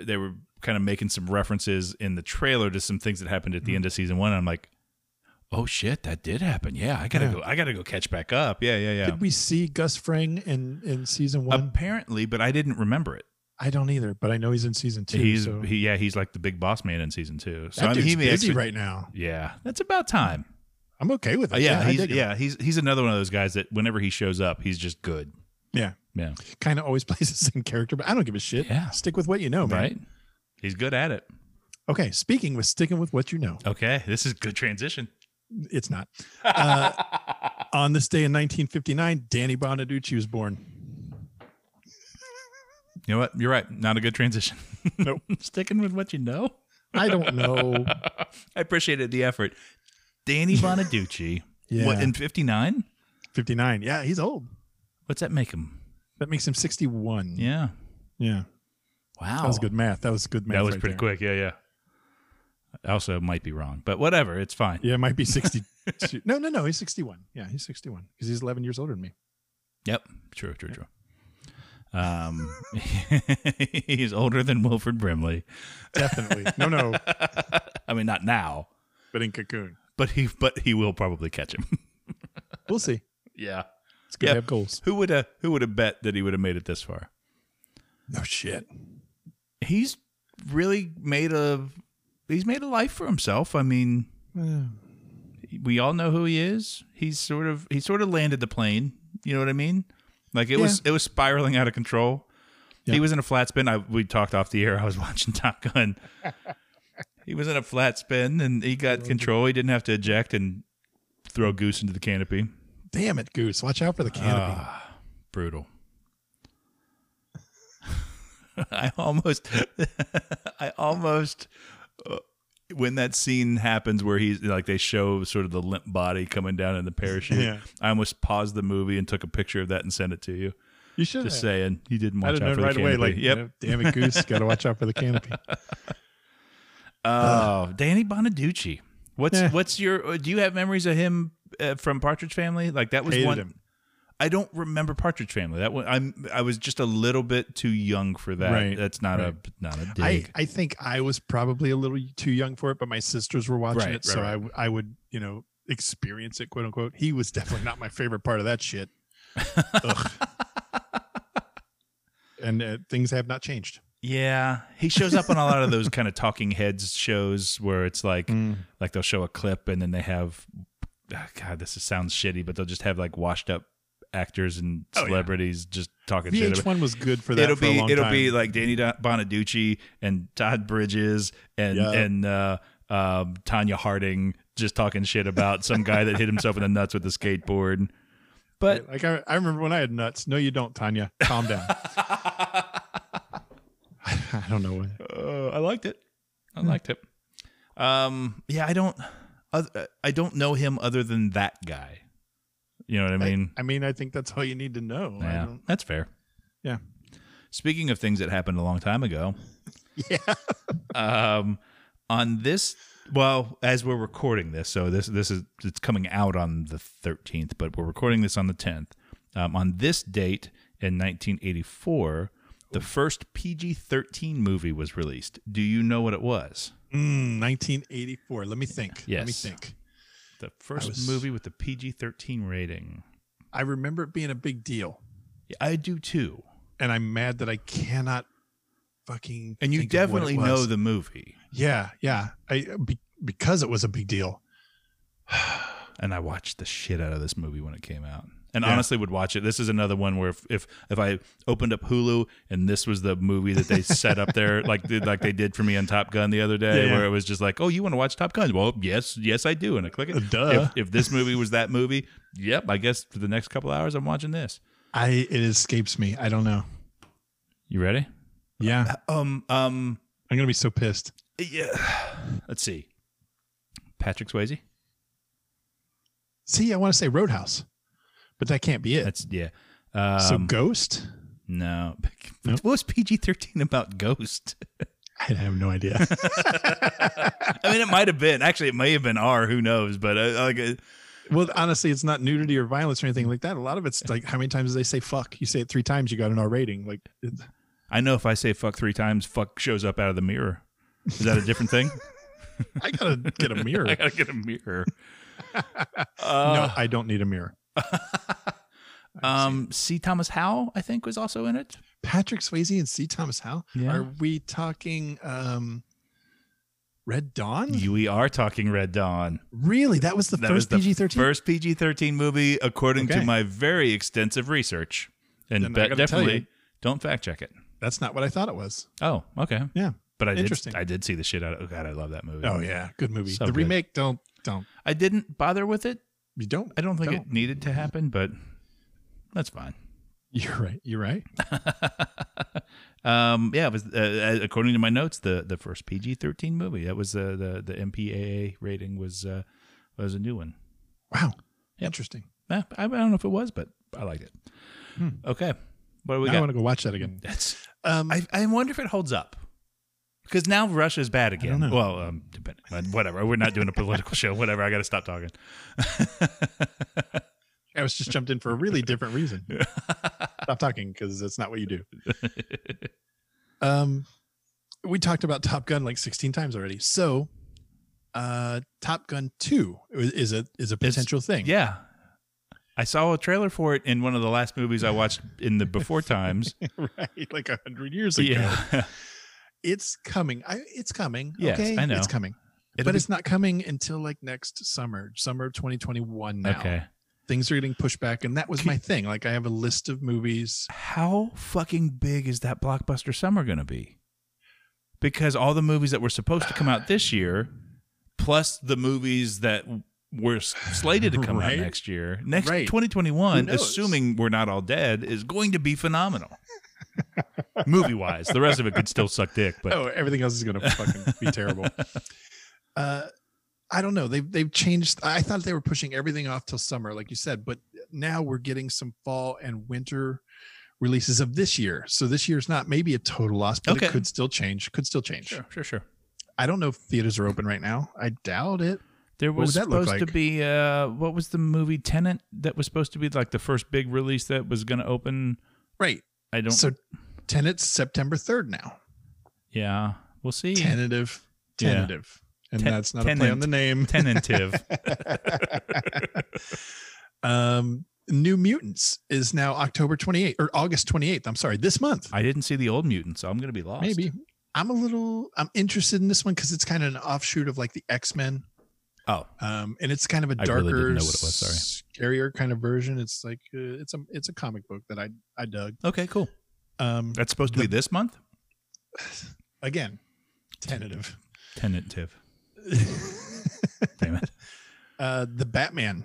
S3: they were kind of making some references in the trailer to some things that happened at the
S4: Mm.
S3: end of season one. I'm like, oh shit, that did happen. Yeah, I gotta go. I gotta go catch back up. Yeah, yeah, yeah.
S4: Did we see Gus Fring in in season one?
S3: Apparently, but I didn't remember it.
S4: I don't either, but I know he's in season two.
S3: he's
S4: so.
S3: he, yeah, he's like the big boss man in season two. So
S4: that
S3: I mean,
S4: dude's
S3: he may
S4: busy
S3: actually-
S4: right now.
S3: Yeah, that's about time.
S4: I'm okay with it.
S3: Uh, yeah,
S4: I
S3: he's
S4: dig it.
S3: yeah he's he's another one of those guys that whenever he shows up, he's just good.
S4: yeah.
S3: Yeah,
S4: Kind of always plays the same character, but I don't give a shit.
S3: Yeah.
S4: Stick with what you know, man.
S3: right. He's good at it.
S4: Okay. Speaking with sticking with what you know.
S3: Okay, this is good transition.
S4: It's not. Uh, on this day in 1959, Danny Bonaducci was born.
S3: You know what? You're right. Not a good transition. Nope. Sticking with what you know.
S4: I don't know.
S3: I appreciated the effort. Danny Bonaducci. What
S4: Yeah.
S3: in '59?
S4: 59. Yeah, he's old.
S3: What's that make him?
S4: That makes him 61.
S3: Yeah.
S4: Yeah.
S3: Wow.
S4: That was good math. That was good math.
S3: That was
S4: right
S3: pretty
S4: there.
S3: quick. Yeah, yeah. I also might be wrong, but whatever. It's fine.
S4: Yeah, it might be 62. no, no, no. He's 61. Yeah, he's 61 because he's 11 years older than me.
S3: Yep. True, true, true. Um, he's older than Wilfred Brimley.
S4: Definitely. No, no.
S3: I mean, not now,
S4: But in Cocoon.
S3: but he but he will probably catch him.
S4: We'll see.
S3: yeah.
S4: It's good
S3: Yeah.
S4: to have goals.
S3: Who would have who would have bet that he would have made it this far?
S4: No shit.
S3: He's really made a he's made a life for himself. I mean, we all know who he is. He's sort of he sort of landed the plane. You know what I mean? Like it was it was spiraling out of control. He was in a flat spin. I we talked off the air. I was watching Top Gun. he was in a flat spin and he got control. He didn't have to eject and throw Goose into the canopy.
S4: Damn it, Goose. Watch out for the canopy.
S3: Brutal. I almost, I almost, uh, when that scene happens where he's like they show sort of the limp body coming down in the parachute,
S4: Yeah.
S3: I almost paused the movie and took a picture of that and sent it to you.
S4: you should
S3: Just saying, he didn't
S4: I'd
S3: watch
S4: have
S3: out
S4: known
S3: for the
S4: right away.
S3: canopy.
S4: Like,
S3: yep.
S4: yep. damn it, Goose. Got to watch out for the canopy.
S3: Oh, Danny Bonaducci. What's
S4: Yeah.
S3: what's your? uh, Do you have memories of him uh, from Partridge Family? Like that was
S4: Hated
S3: one.
S4: him.
S3: I don't remember Partridge Family. That one, I'm I was just a little bit too young for that.
S4: Right,
S3: That's not a not a
S4: I,
S3: dig.
S4: I think I was probably a little too young for it, but my sisters were watching
S3: Right,
S4: it,
S3: right,
S4: so
S3: right.
S4: I w- I would you know experience it, quote unquote. He was definitely not my favorite part of that shit. Ugh. and uh, things have not changed.
S3: yeah, he shows up on a lot of those
S4: Mm.
S3: kind of talking heads shows where it's like like they'll show a clip and then they have ah, God, this is, sounds shitty, but they'll just have like washed up actors and
S4: Oh, yeah.
S3: celebrities just talking shit. about-
S4: VH1 was good for that.
S3: it'll
S4: for a
S3: be
S4: long
S3: it'll
S4: time.
S3: be like Danny Don- Bonaducci and Todd Bridges and
S4: Yeah.
S3: and uh, um, Tanya Harding just talking shit about some guy that hit himself in the nuts with a skateboard. But
S4: Like I, I remember when I had nuts. No, you don't, Tanya. Calm down. I don't know what.
S3: uh, I liked it. I liked it. Um, yeah, I don't. oth- I don't know him other than that guy. You know what I mean?
S4: I mean, I think that's all you need to know. I
S3: yeah,
S4: don't-
S3: that's fair.
S4: yeah.
S3: Speaking of things that happened a long time ago,
S4: Yeah.
S3: um, on this, well, as we're recording this, so this this is it's coming out on the thirteenth, but we're recording this on the tenth. Um, on this date in 1984, the first PG-13 movie was released. Do you know what it was?
S4: Mm, 1984. Let me think. Let me
S3: Yes.
S4: think.
S3: The first
S4: was-
S3: movie with the PG-13 rating.
S4: I remember it being a big deal,
S3: Yeah, I do too.
S4: and I'm mad that I cannot fucking.
S3: And you
S4: think of what it
S3: definitely
S4: was.
S3: know the movie.
S4: Yeah, yeah. I be, because it was a big deal.
S3: and I watched the shit out of this movie when it came out. And
S4: Yeah.
S3: honestly, would watch it. This is another one where if, if if I opened up Hulu and this was the movie that they set up there, like did like they did for me on Top Gun the other day,
S4: Yeah, yeah.
S3: where it was just like, oh, you want to watch Top Gun? Well, yes, yes, I do. And I click it.
S4: Duh.
S3: If, if this movie was that movie, yep, I guess for the next couple hours, I'm watching this.
S4: I it escapes me. I don't know.
S3: You ready?
S4: Yeah,
S3: Um, um,
S4: I'm gonna be so pissed.
S3: yeah. Let's see. Patrick Swayze.
S4: See, I want to say Roadhouse, but that can't be it.
S3: That's yeah. Um,
S4: so Ghost.
S3: no. What was PG thirteen about Ghost?
S4: I have no idea.
S3: I mean, it might have been. Actually, it may have been R. Who knows? But uh, like, uh,
S4: well, honestly, it's not nudity or violence or anything like that. A lot of it's like how many times do they say "fuck"? You say it three times, you got an R rating. Like, it,
S3: I know if I say "fuck" three times, "fuck" shows up out of the mirror. Is that a different thing?
S4: I gotta get a mirror.
S3: I gotta get a mirror.
S4: no, I don't need a mirror.
S3: Um, C. Thomas Howell, I think, was also in it.
S4: Patrick Swayze and C. Thomas Howe.
S3: Yeah.
S4: Are we talking um Red Dawn?
S3: You- We are talking Red Dawn.
S4: really? That was the
S3: That was
S4: Hmm. first
S3: the
S4: PG thirteen.
S3: First PG thirteen movie, according to
S4: Okay.
S3: my very extensive research, and
S4: Then I
S3: bet-
S4: gotta tell
S3: definitely
S4: you.
S3: don't fact check it.
S4: That's not what I thought it was.
S3: Oh, okay.
S4: Yeah.
S3: But I
S4: Interesting.
S3: did. I did see the shit out of. Oh God, I love that movie.
S4: Oh yeah, good movie.
S3: So
S4: the
S3: good.
S4: remake. Don't don't
S3: I didn't bother with it.
S4: you don't.
S3: I don't think it needed to happen, but that's fine.
S4: You're right. You're right.
S3: Um, yeah, it was uh, uh, according to my notes the the first PG thirteen movie. That was uh, the the MPAA rating was uh, was a new one.
S4: Wow. Interesting.
S3: Eh, I I don't know if it was, but I liked it. Okay, what do we
S4: Now I
S3: got?
S4: want to go watch that again.
S3: That's-
S4: Um,
S3: I I wonder if it holds up because now Russia's bad again.
S4: know.
S3: Well, um, depending, but whatever. We're not doing a political show. Whatever. I got to stop talking.
S4: I was just jumped in for a really different reason. Stop talking because that's not what you do. um, we talked about Top Gun like 16 times already. So, uh, Top Gun 2 is is a is a potential thing.
S3: Yeah. I saw a trailer for it in one of the last movies I watched in the before times.
S4: right. Like a hundred years ago.
S3: yeah.
S4: It's coming. I, it's coming.
S3: Yes,
S4: okay,
S3: I know.
S4: it's coming.
S3: It'll
S4: but
S3: be-
S4: it's not coming until like next summer, summer of 2021. Now
S3: Okay.
S4: things are getting pushed back, and that was my thing. Like I have a list of movies.
S3: how fucking big is that blockbuster summer going to be? Because all the movies that were supposed to come out this year, plus the movies that were s- slated to come
S4: Right.
S3: out next year, next
S4: Right. Who
S3: 2021,
S4: knows?
S3: assuming we're not all dead, is going to be phenomenal. Movie wise, the rest of it could still suck dick, but
S4: oh, everything else is going to fucking be terrible. Uh, I don't know. They've they've changed. I thought they were pushing everything off till summer, like you said, but now we're getting some fall and winter releases of this year. So this year's not maybe a total loss, but
S3: Okay.
S4: it could still change. Could still change.
S3: sure, sure, sure.
S4: I don't know if theaters are open right now. I doubt it.
S3: There
S4: What
S3: was
S4: would that look
S3: supposed to
S4: like?
S3: be uh, what was the movie Tenant that was supposed to be like the first big release that was going to open?
S4: Right.
S3: I don't.
S4: So Tenet's September third now.
S3: yeah, we'll see.
S4: Tentative.
S3: Yeah.
S4: Tentative. And
S3: Ten-
S4: that's not a play
S3: tenant.
S4: on the name.
S3: Tentative.
S4: Um New Mutants is now October 28th or August 28th. I'm sorry, this month.
S3: I didn't see the old mutant, so I'm gonna be lost.
S4: Maybe. I'm a little I'm interested in this one because it's kind of an offshoot of like the X-Men.
S3: Oh,
S4: um, and it's kind of a
S3: I really
S4: darker,
S3: didn't know what it was, sorry.
S4: scarier kind of version. It's like uh, it's a it's a comic book that I I dug.
S3: okay, cool.
S4: Um,
S3: That's supposed to be this month.
S4: again, tentative.
S3: Tentative. Damn it.
S4: Uh, the Batman,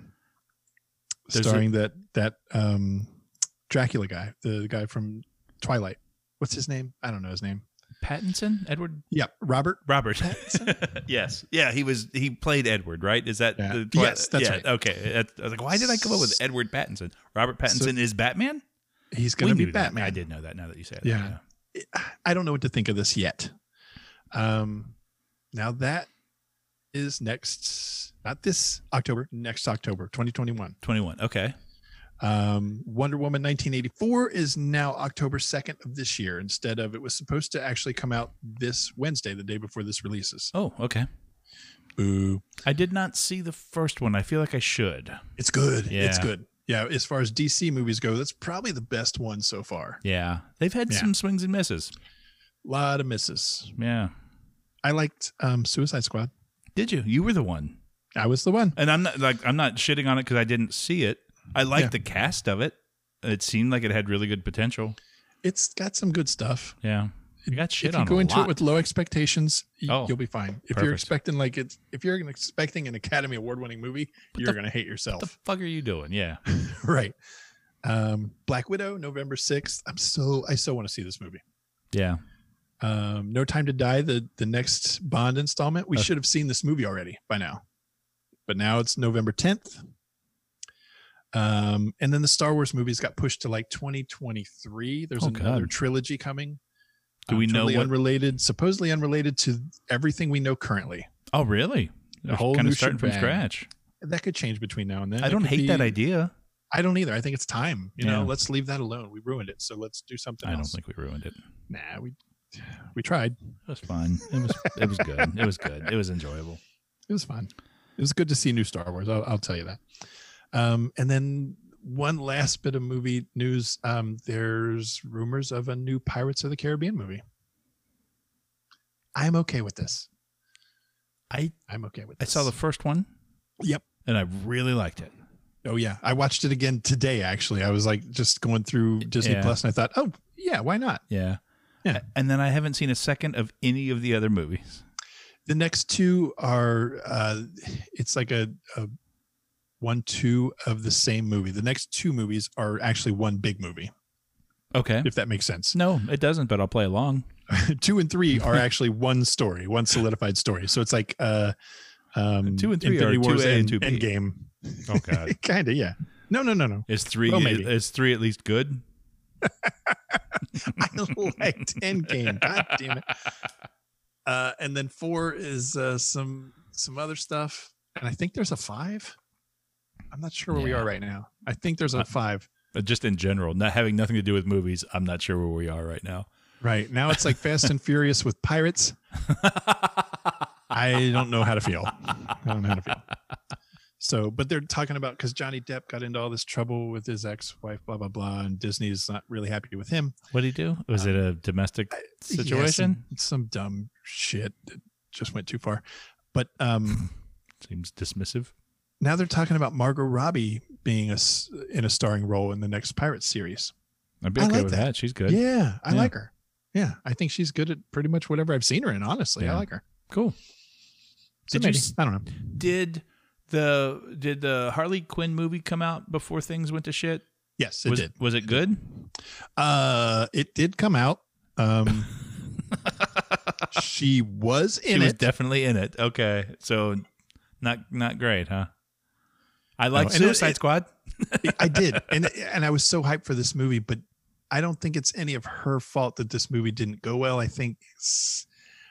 S3: There's a-
S4: starring that that um, Dracula guy, the guy from Twilight. What's his name? I don't know his name.
S3: Pattinson, Edward
S4: Yeah, Robert.
S3: Robert. yes. Yeah, he was. He played Edward, right? Is that
S4: Yeah.
S3: the
S4: Yes, that's
S3: yeah,
S4: right.
S3: Okay. That- I was like, why did I come up with Edward Pattinson? Robert Pattinson is Batman.
S4: He's gonna be
S3: knew that.
S4: Batman.
S3: I did know that. Now that you say it.
S4: Yeah. I don't know what to think of this yet. Um, now that is next, not this October, next October, 2021.
S3: Twenty-one. Okay.
S4: Um, Wonder Woman 1984 is now October 2nd of this year instead of it was supposed to actually come out this Wednesday, the day before this releases.
S3: Oh, okay.
S4: Boo.
S3: I did not see the first one. I feel like I should.
S4: It's good. It's
S3: Yeah.
S4: good. Yeah. As far as DC movies go, that's probably the best one so far.
S3: Yeah. They've had
S4: Yeah.
S3: some swings and misses.
S4: lot of misses.
S3: Yeah.
S4: I liked um, Suicide Squad.
S3: Did you? You were the one.
S4: I was the one.
S3: And I'm not like I'm not shitting on it because I didn't see it. I liked
S4: Yeah.
S3: the cast of it. It seemed like it had really good potential.
S4: It's got some good stuff.
S3: Yeah. You got shit
S4: if
S3: on
S4: you go
S3: a
S4: into
S3: lot.
S4: it with low expectations, y-
S3: Oh,
S4: you'll be fine. If you're
S3: perfect.
S4: expecting like it's if you're expecting an Academy Award winning movie, you're gonna hate
S3: what the
S4: yourself.
S3: fuck are you doing? Yeah.
S4: right. Um, Black Widow, November sixth. I'm so I so want to see this movie.
S3: Yeah.
S4: Um, no Time to Die, the the next Bond installment.
S3: Uh,
S4: We should have seen this movie already by now, but now it's November tenth. Um, and then the Star Wars movies got pushed to like 2023. There's
S3: Oh,
S4: another
S3: God.
S4: trilogy coming.
S3: Do
S4: um,
S3: we know
S4: totally
S3: what-
S4: unrelated, supposedly unrelated to everything we know currently?
S3: Oh really? They're
S4: whole
S3: kinda
S4: new
S3: starting from
S4: shebang.
S3: scratch.
S4: That could change between now and then.
S3: I
S4: It
S3: don't
S4: could
S3: hate that
S4: be-
S3: idea.
S4: I don't either. I think it's time. You know,
S3: Yeah.
S4: let's leave that alone. We ruined it, so let's do something
S3: I don't
S4: else.
S3: think we ruined it.
S4: Nah, we we tried.
S3: It was fine. It was it was good. It was good. It was enjoyable.
S4: It was fun. It was good to see new Star Wars. I'll, I'll tell you that. Um, and then one last bit of movie news. Um, there's rumors of a new Pirates of the Caribbean movie. I'm okay with this.
S3: I
S4: I'm okay with
S3: I
S4: this.
S3: saw the first one
S4: Yep.
S3: and I really liked it.
S4: Oh yeah, I watched it again today. Actually, I was like just going through Disney
S3: Yeah.
S4: Plus, and I thought, oh yeah, why not?
S3: Yeah.
S4: Yeah.
S3: And then I haven't seen a second of any of the other movies.
S4: The next two are uh, it's like a, a one two of the same movie. The next two movies are actually one big movie,
S3: Okay.
S4: if that makes sense.
S3: No, it doesn't, but I'll play along.
S4: two and three are actually one story, one solidified story. So it's like uh, um,
S3: Two and three
S4: Infinity
S3: are
S4: Wars
S3: 2A and
S4: and
S3: 2B.
S4: Endgame.
S3: Oh god.
S4: kind of yeah. No no no no.
S3: Is three
S4: Well, maybe.
S3: is three at least good?
S4: I liked Endgame. God damn it. Uh, and then four is uh, some some other stuff, and I think there's a five. I'm not sure where we
S3: Yeah.
S4: are right now. I think there's a
S3: Uh,
S4: five.
S3: But just in general, not having nothing to do with movies, I'm not sure where we are right now.
S4: Right now, it's like Fast and Furious with pirates. I don't know how to feel. I don't know how to feel. So, but they're talking about because Johnny Depp got into all this trouble with his ex-wife, blah blah blah, and Disney's not really happy with him.
S3: What did he do? Was it a domestic
S4: Yeah, some-
S3: situation?
S4: some, dumb shit that just went too far. But um,
S3: Seems dismissive.
S4: now they're talking about Margot Robbie being a s in a starring role in the next Pirates series.
S3: I'd be
S4: I
S3: okay
S4: like
S3: with that.
S4: that.
S3: She's good.
S4: Yeah, I
S3: Yeah.
S4: like her. Yeah, I think she's good at pretty much whatever I've seen her in. Honestly,
S3: Yeah.
S4: I like her.
S3: Cool.
S4: So
S3: Did you
S4: maybe.
S3: s-
S4: I don't know.
S3: Did the did the Harley Quinn movie come out before things went to shit?
S4: Yes, it
S3: Was
S4: did.
S3: was it good?
S4: Uh, it did come out. Um, she was
S3: She
S4: in
S3: was
S4: it.
S3: definitely in it. Okay. So not not great, huh? I like
S4: and it-
S3: Suicide
S4: it-
S3: Squad.
S4: I did, and and I was so hyped for this movie, but I don't think it's any of her fault that this movie didn't go well. I think it's,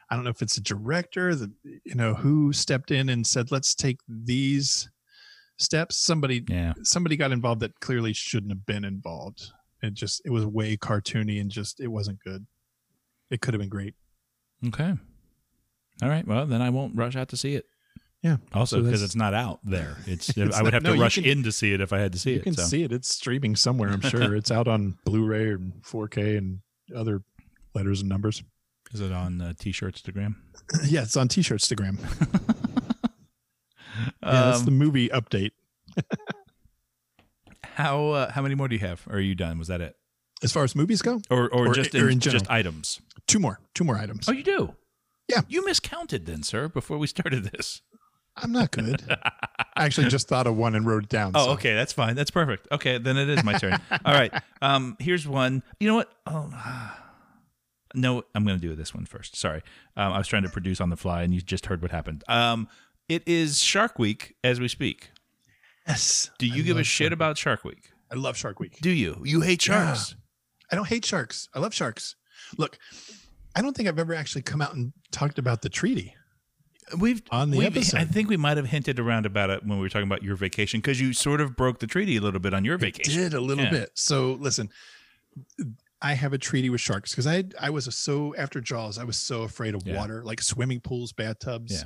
S4: I don't know if it's a director that you know who stepped in and said, "Let's take these steps." Somebody
S3: Yeah.
S4: somebody got involved that clearly shouldn't have been involved. It just it was way cartoony and just it wasn't good. It could have been great.
S3: Okay. All right. Well, then I won't rush out to see it.
S4: Yeah.
S3: Also,
S4: So
S3: because
S4: that's-
S3: it's not out there. It's,
S4: It's
S3: I would
S4: not-
S3: have
S4: no,
S3: to
S4: you
S3: rush
S4: can-
S3: in to see it if I had to see
S4: you
S3: it.
S4: can
S3: so.
S4: see it. It's streaming somewhere. I'm sure it's out on Blu-ray and 4K and other letters and numbers.
S3: Is it on uh, t-shirts, Instagram?
S4: yeah, it's on T-shirt Instagram. Yeah, that's the movie update.
S3: How uh, how many more do you have? Or are you done? Was that it?
S4: As far as movies go,
S3: Or or,
S4: Or-
S3: just
S4: or
S3: in,
S4: in general.
S3: just items?
S4: two more, two more items.
S3: Oh, you do.
S4: Yeah.
S3: You miscounted then, sir. Before we started this.
S4: I'm not good. I actually just thought of one and wrote it down.
S3: Oh,
S4: so-
S3: okay, that's fine. That's perfect. Okay, then it is my turn. All right. Um, here's one. You know what? Oh, no, I'm going to do this one first. Sorry, um, I was trying to produce on the fly, and you just heard what happened. Um, it is Shark Week as we speak.
S4: Yes.
S3: Do you
S4: I
S3: give a
S4: love
S3: shit
S4: Shark
S3: about Shark Week?
S4: Week. I love Shark Week.
S3: Do you? You hate sharks?
S4: I don't hate sharks. I love sharks. Look, I don't think I've ever actually come out and talked about the treaty.
S3: We've
S4: On the
S3: we've-
S4: episode.
S3: I think we might have hinted around about it when we were talking about your vacation because you sort of broke the treaty a little bit on your vacation.
S4: Did a little
S3: Yeah.
S4: bit. So listen, I have a treaty with sharks because I I was so after Jaws, I was so afraid of
S3: Yeah.
S4: water, like swimming pools, bathtubs,
S3: Yeah.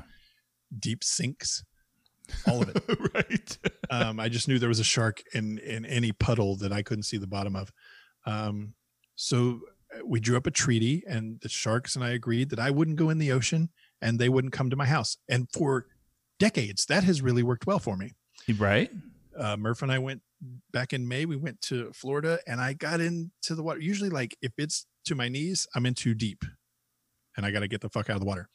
S4: deep sinks, all of it.
S3: right.
S4: um, I just knew there was a shark in in any puddle that I couldn't see the bottom of. Um, so uh, we drew up a treaty, and the sharks and I agreed that I wouldn't go in the ocean, and they wouldn't come to my house. And for decades, that has really worked well for me.
S3: Right.
S4: Uh, Murph and I went back in May. We went to Florida, and I got into the water. Usually, like if it's to my knees, I'm in too deep, and I got to get the fuck out of the water.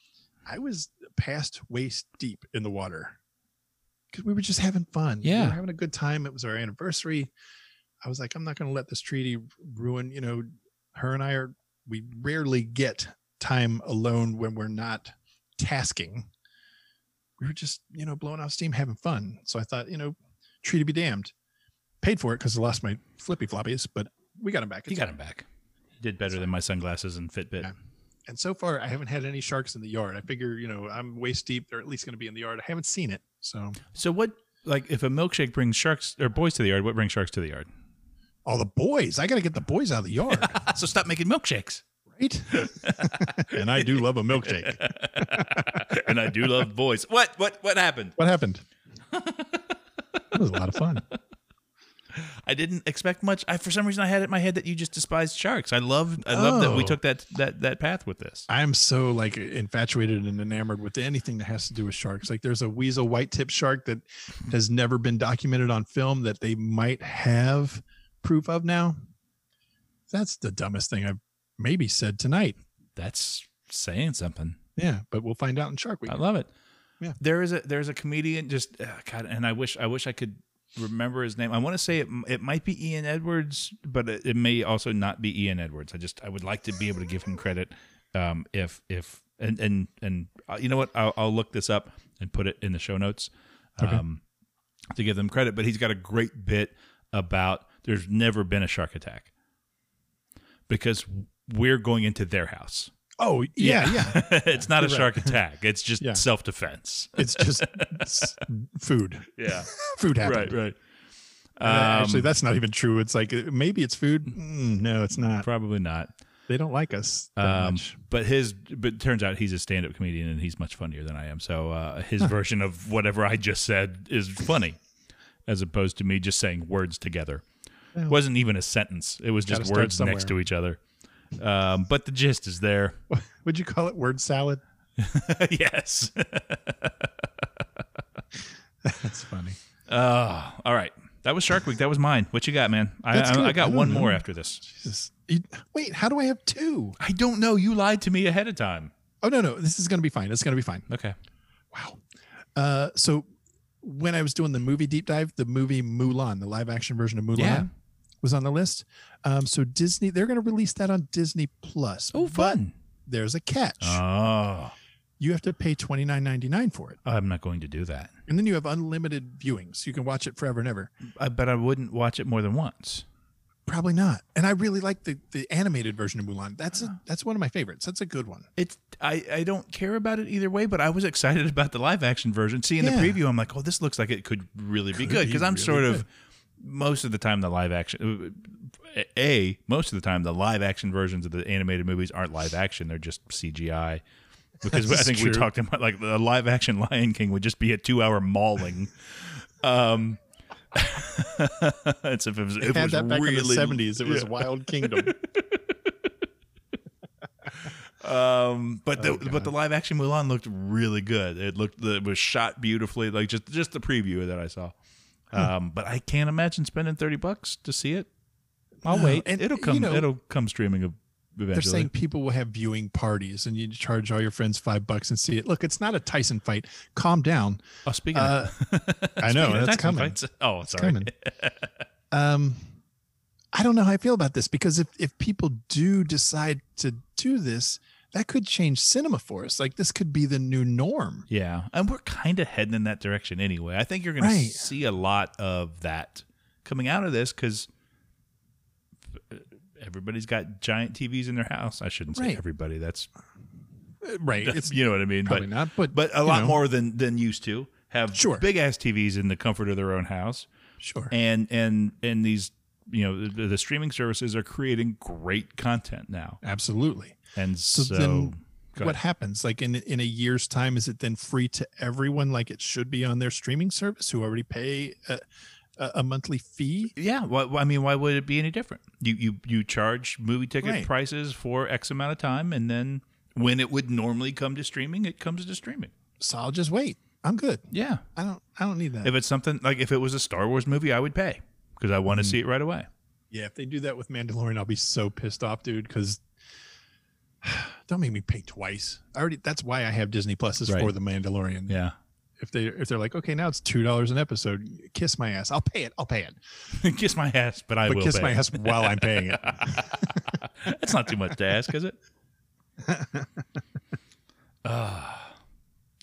S4: I was past waist deep in the water because we were just having fun. we
S3: Yeah.
S4: were having a good time. It was our anniversary. I was like, I'm not going to let this treaty ruin. You know, her and I are. We rarely get time alone when we're not tasking. We were just, you know, blowing off steam, having fun. So I thought, you know, treaty be damned. Paid for it because I lost my flippy floppies, but we got them back.
S3: You got him back. Did better than my sunglasses and Fitbit.
S4: Yeah. And so far, I haven't had any sharks in the yard. I figure, you know, I'm waist deep. They're at least going to be in the yard. I haven't seen it. So
S3: So what? Like, if a milkshake brings sharks or boys to the yard, what brings sharks to the yard?
S4: all the boys, I got to get the boys out of the yard,
S3: So stop making milkshakes.
S4: right? and I do love a milkshake.
S3: and I do love boys. What? What? What happened?
S4: What happened? That was a lot of fun.
S3: I didn't expect much. I for some reason I had it in my head that you just despised sharks. I love. I love that we
S4: Oh.
S3: took that that that path with this.
S4: I'm so like infatuated and enamored with anything that has to do with sharks. Like there's a weasel white tip shark that
S3: Hmm.
S4: has never been documented on film that they might have proof of now. That's the dumbest thing I've maybe said tonight.
S3: That's saying something.
S4: Yeah, but we'll find out in Shark Week.
S3: I love it.
S4: Yeah.
S3: There is a there's a comedian just uh, God, and I wish I wish I could remember his name. I want to say it it might be Ian Edwards, but it, it may also not be Ian Edwards. I just I would like to be able to give him credit. Um, if if and and and uh, you know what, I'll, I'll look this up and put it in the show notes. Um, to give them credit, but he's got a great bit about there's never been a shark attack because we're going into their house.
S4: Oh yeah, yeah.
S3: it's not a
S4: You're
S3: shark attack. It's just
S4: Yeah.
S3: self defense.
S4: It's just s- food.
S3: Yeah.
S4: Food happened.
S3: right. Um,
S4: Uh, Actually, that's not even true. It's like uh, maybe it's food. Mm, no, it's not.
S3: Probably not.
S4: They don't like us that
S3: Hmm. Um,
S4: much.
S3: but his, but it turns out he's a stand up comedian and he's much funnier than I am. So uh, his version of whatever I just said is funny as opposed to me just saying words together. It wasn't even a sentence, it was
S4: Gotta
S3: just
S4: start
S3: words next to
S4: somewhere.
S3: each other. Um, but the gist is there.
S4: Would you call it word salad?
S3: yes.
S4: That's funny.
S3: Uh, all right. That was Shark Week. That was mine. What you got, man? I,
S4: That's
S3: I, I
S4: good. I
S3: got
S4: don't
S3: one more
S4: know.
S3: after this.
S4: Jesus. You- wait, how do I have two?
S3: I don't know. You lied to me ahead of time.
S4: Oh no, no. This is gonna be fine. It's gonna be fine.
S3: Okay.
S4: Wow. Uh, so when I was doing the movie deep dive, the movie Mulan, the live action version of Mulan,
S3: Yeah.
S4: was on the list. Um, so Disney, they're gonna release that on Disney Plus.
S3: Oh,
S4: but
S3: fun.
S4: There's a catch.
S3: Oh,
S4: you have to pay twenty nine ninety nine for it.
S3: I'm not going to do that.
S4: And then you have unlimited viewings. You can watch it forever and ever.
S3: I, but I wouldn't watch it more than once.
S4: Probably not. And I really like the, the animated version of Mulan. That's a, that's one of my favorites. That's a good one.
S3: It's I, I don't care about it either way, but I was excited about the live action version. Seeing
S4: Yeah.
S3: the preview, I'm like, oh, this looks like it could really be
S4: Could
S3: good
S4: be
S3: because I'm
S4: really
S3: sort of
S4: good.
S3: most of the time the live action uh, a most of the time the live action versions of the animated movies aren't live action; they're just CGI. Because I
S4: That's
S3: think we
S4: true.
S3: talked about like the live action Lion King would just be a two hour mauling. um, it's if it was, if it
S4: had
S3: was
S4: that back
S3: really
S4: in the 70s. It was Wild Kingdom.
S3: Um, but the but the live action Mulan looked really good. It looked it was shot beautifully. Like just just the preview that I saw. Um, but I can't imagine spending thirty bucks to see it. I'll wait.
S4: and,
S3: it'll
S4: you
S3: come.
S4: know,
S3: it'll come streaming ev- eventually.
S4: They're saying people will have viewing parties and you charge all your friends five bucks and see it. Look, it's not a Tyson fight. Calm down.
S3: oh, speaking
S4: Uh,
S3: of,
S4: I
S3: speaking
S4: know
S3: of
S4: that's
S3: Tyson
S4: coming.
S3: fights- Oh,
S4: It's
S3: sorry.
S4: coming. um, I don't know how I feel about this because if if people do decide to do this, that could change cinema for us. Like this could be the new norm.
S3: Yeah, and we're kind of heading in that direction anyway. I think you're going
S4: Right.
S3: to see a lot of that coming out of this because everybody's got giant TVs in their house. I shouldn't say
S4: Right.
S3: everybody. That's
S4: Uh, Right. It's
S3: you know what I mean.
S4: probably
S3: but
S4: not, but,
S3: but a
S4: you
S3: lot
S4: know.
S3: more than than used to have
S4: Sure.
S3: big ass TVs in the comfort of their own house,
S4: sure.
S3: and and and these you know the, the streaming services are creating great content now,
S4: Absolutely.
S3: and so,
S4: So, then
S3: go
S4: what
S3: ahead.
S4: happens? Like in in a year's time, is it then free to everyone like it should be on their streaming service who already pay a, a, a monthly fee?
S3: Yeah, why, why- I mean, why would it be any different? You you you charge movie ticket
S4: Right.
S3: prices for X amount of time, and then when it would normally come to streaming, it comes to streaming.
S4: So I'll just wait. I'm good.
S3: Yeah,
S4: I don't I don't need that.
S3: if it's something like if it was a Star Wars movie, I would pay because I want
S4: Mm.
S3: to see it right away.
S4: Yeah, if they do that with Mandalorian, I'll be so pissed off, dude. Because don't make me pay twice. I already. That's why I have Disney Plus is
S3: Right.
S4: for the Mandalorian.
S3: Yeah,
S4: If they if they're like, okay, now it's two dollars an episode. Kiss my ass. I'll pay it. I'll pay it.
S3: kiss my ass, but I
S4: But
S3: will.
S4: kiss
S3: pay.
S4: my ass while I'm paying it.
S3: That's not too much to ask, is it? Ah.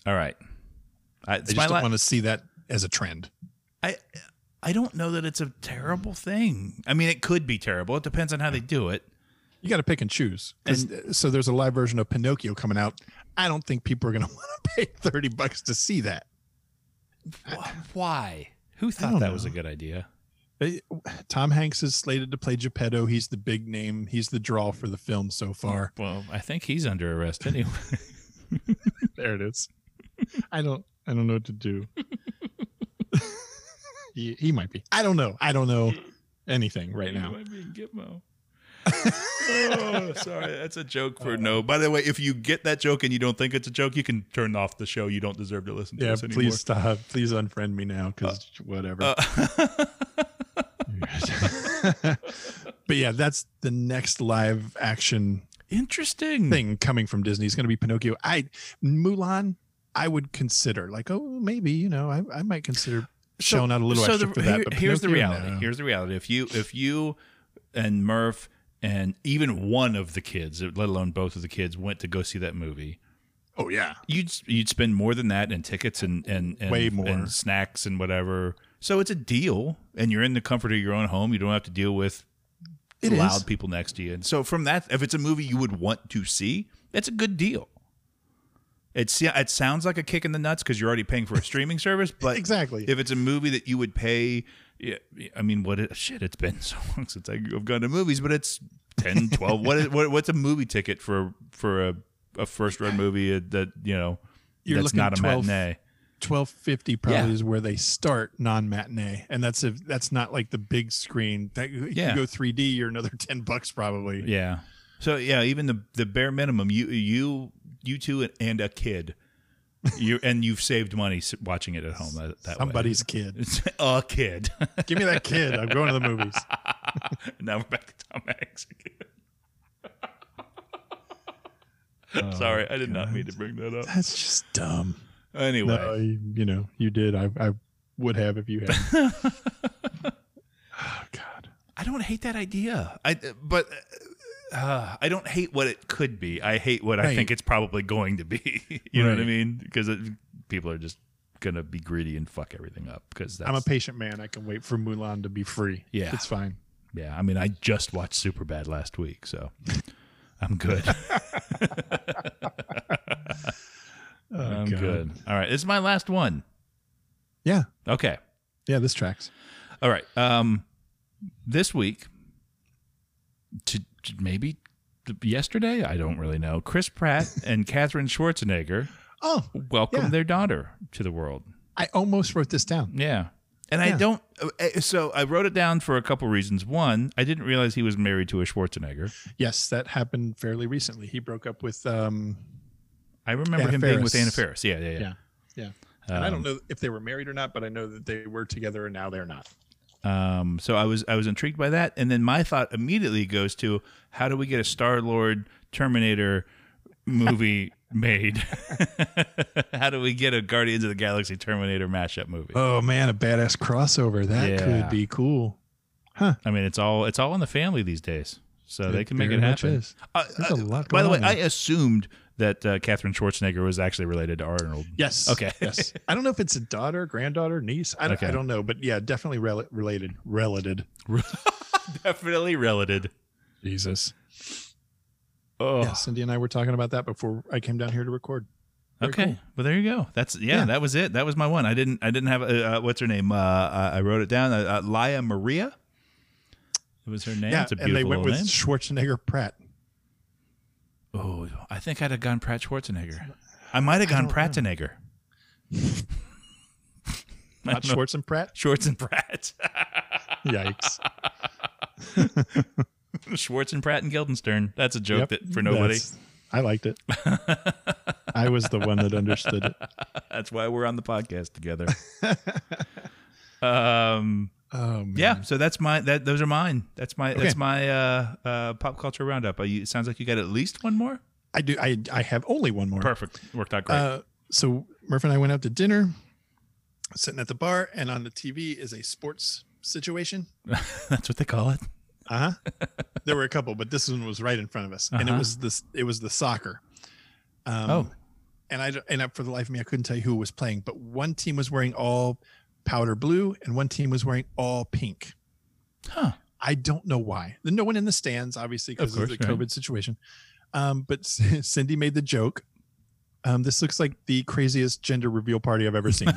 S3: all right. I,
S4: I
S3: it's my
S4: just
S3: la-
S4: don't want to see that as a trend.
S3: I I don't know that it's a terrible thing. I mean, it could be terrible. It depends on how they do it.
S4: You got to pick and choose. 'Cause- uh, so there's a live version of Pinocchio coming out. I don't think people are going to want to pay thirty bucks to see that.
S3: Wh- Why? Who
S4: don't
S3: thought that was a
S4: know.
S3: good idea?
S4: They- Tom Hanks is slated to play Geppetto. He's the big name. He's the draw for the film so far.
S3: Well, I think he's under arrest anyway.
S4: There it is. I don't. I don't know what to do. he, he might be. I don't know. I don't know anything right now.
S3: Gitmo. oh, sorry. That's a joke for no. By the way, if you get that joke and you don't think it's a joke, you can turn off the show. You don't deserve to listen to
S4: Yeah,
S3: us
S4: please
S3: anymore.
S4: stop. Please unfriend me now, because whatever.
S3: Uh,
S4: but yeah, that's the next live action
S3: Interesting.
S4: thing coming from Disney is going to be Pinocchio. I Mulan, I would consider like, oh, maybe you know, I, I might consider showing out a little extra
S3: the-
S4: for that.
S3: here-
S4: but
S3: here's the
S4: Pinocchio,
S3: reality.
S4: no.
S3: Here's the reality. If you if you and Murph and even one of the kids, let alone both of the kids, went to go see that movie,
S4: oh yeah,
S3: you'd you'd spend more than that in tickets and and, and
S4: Way more.
S3: and snacks and whatever. So it's a deal, and you're in the comfort of your own home. You don't have to deal with
S4: it is.
S3: loud people next to you. And so from that, if it's a movie you would want to see, that's a good deal. It's it sounds like a kick in the nuts because you're already paying for a streaming service, but
S4: Exactly.
S3: if it's a movie that you would pay, yeah, I mean, what it, shit? It's been so long since I've gone to movies, but it's 10, 12. what, is, what what's a movie ticket for for a, a first run movie that you know
S4: You're
S3: that's
S4: looking
S3: not a
S4: 12
S3: matinee?
S4: Twelve fifty
S3: Yeah.
S4: probably is where they start non matinee, and that's if that's not like the big screen. That if
S3: Yeah.
S4: you go three D, you're another ten bucks probably.
S3: Yeah. So yeah, even the the bare minimum, you you you two and, and a kid, you and you've saved money s- watching it at home. That, that way.
S4: Somebody's kid.
S3: It's a kid.
S4: Give me that kid. I'm going to the movies.
S3: now we're back to Tom Hanks again. Sorry, I did not mean to bring that up.
S4: That's just dumb.
S3: Anyway,
S4: Oh, No, you, you know, you did. I, I would have if you had. oh God.
S3: I don't hate that idea. I but uh, I don't hate what it could be. I hate what I
S4: Right.
S3: think it's probably going to be. you know what I
S4: Right.
S3: mean? Because people are just gonna be greedy and fuck everything up. Because
S4: I'm a patient man. I can wait for Mulan to be free.
S3: Yeah.
S4: it's fine.
S3: yeah. I mean, I just watched Super Bad last week, so I'm good. I'm
S4: Oh, God.
S3: good. All right, this is my last one.
S4: Yeah,
S3: Okay.
S4: yeah. This tracks.
S3: All right. Um, this week, to, to maybe yesterday, I don't really know. Chris Pratt and Katherine Schwarzenegger
S4: Oh,
S3: welcome
S4: Yeah.
S3: their daughter to the world.
S4: I almost wrote this down.
S3: Yeah. And I don't. uh, uh, So I wrote it down for a couple reasons. One, I didn't realize he was married to a Schwarzenegger.
S4: Yes, that happened fairly recently. He broke up with um
S3: I remember
S4: Anna
S3: him being with
S4: Faris.
S3: Anna Faris. Yeah, yeah, yeah.
S4: yeah. Yeah. and I don't know if they were married or not, but I know that they were together and now they're not.
S3: Um, so I was I was intrigued by that, and then my thought immediately goes to how do we get a Star Lord Terminator movie made? how do we get a Guardians of the Galaxy Terminator mashup movie?
S4: Oh man, a badass crossover. That
S3: Yeah.
S4: could be cool.
S3: I mean, it's all it's all in the family these days, so they can make
S4: very
S3: it
S4: much
S3: happen.
S4: is.
S3: Uh,
S4: There's a lot
S3: by the way,
S4: going on
S3: I
S4: there.
S3: assumed that uh, Catherine Schwarzenegger was actually related to Arnold.
S4: Yes.
S3: Okay.
S4: yes. I don't know if it's a daughter, granddaughter, niece. I don't,
S3: Okay.
S4: I don't know, but yeah, definitely rel- related. Related.
S3: Definitely related.
S4: Jesus.
S3: Oh,
S4: Yeah, Cindy and I were talking about that before I came down here to record. Very
S3: okay.
S4: cool.
S3: Well, there you go. That's yeah,
S4: Yeah.
S3: That was it. That was my one. I didn't. I didn't have. Uh, uh, what's her name? Uh, I I wrote it down. Uh, uh, Laya Maria. It was her name.
S4: Yeah,
S3: it's a
S4: and
S3: beautiful
S4: they went
S3: little
S4: with
S3: name.
S4: Schwarzenegger Pratt.
S3: oh, I think I'd have gone Pratt Schwarzenegger. I might have gone Prattenegger. I
S4: Not
S3: don't know.
S4: Schwartz and Pratt.
S3: Schwartz and Pratt.
S4: Yikes.
S3: Schwartz and Pratt and Guildenstern. That's a joke
S4: Yep,
S3: that for nobody. That's,
S4: that's- I liked it. I was the one that understood it.
S3: why we're on the podcast together. um
S4: Oh man.
S3: yeah, so that's my that those are mine. That's my that's my uh uh pop culture roundup. Uh, you, it sounds like you got at least one more.
S4: I do I I have only one more.
S3: Perfect. Worked out great.
S4: Uh, so Murph and I went out to dinner, sitting at the bar, and on the TV is a sports situation.
S3: that's what they call it.
S4: Uh huh. there were a couple, but this one was right in front of us, and it
S3: Uh-huh.
S4: was this. It was the soccer. Um,
S3: Oh.
S4: and I d- and I, for the life of me, I couldn't tell you who was playing, but one team was wearing all powder blue, and one team was wearing all pink.
S3: Huh.
S4: I don't know why. There's no one in the stands, obviously, because
S3: Of
S4: of,
S3: course,
S4: the
S3: right.
S4: COVID situation. Um, but Cindy made the joke. Um, this looks like the craziest gender reveal party I've ever seen.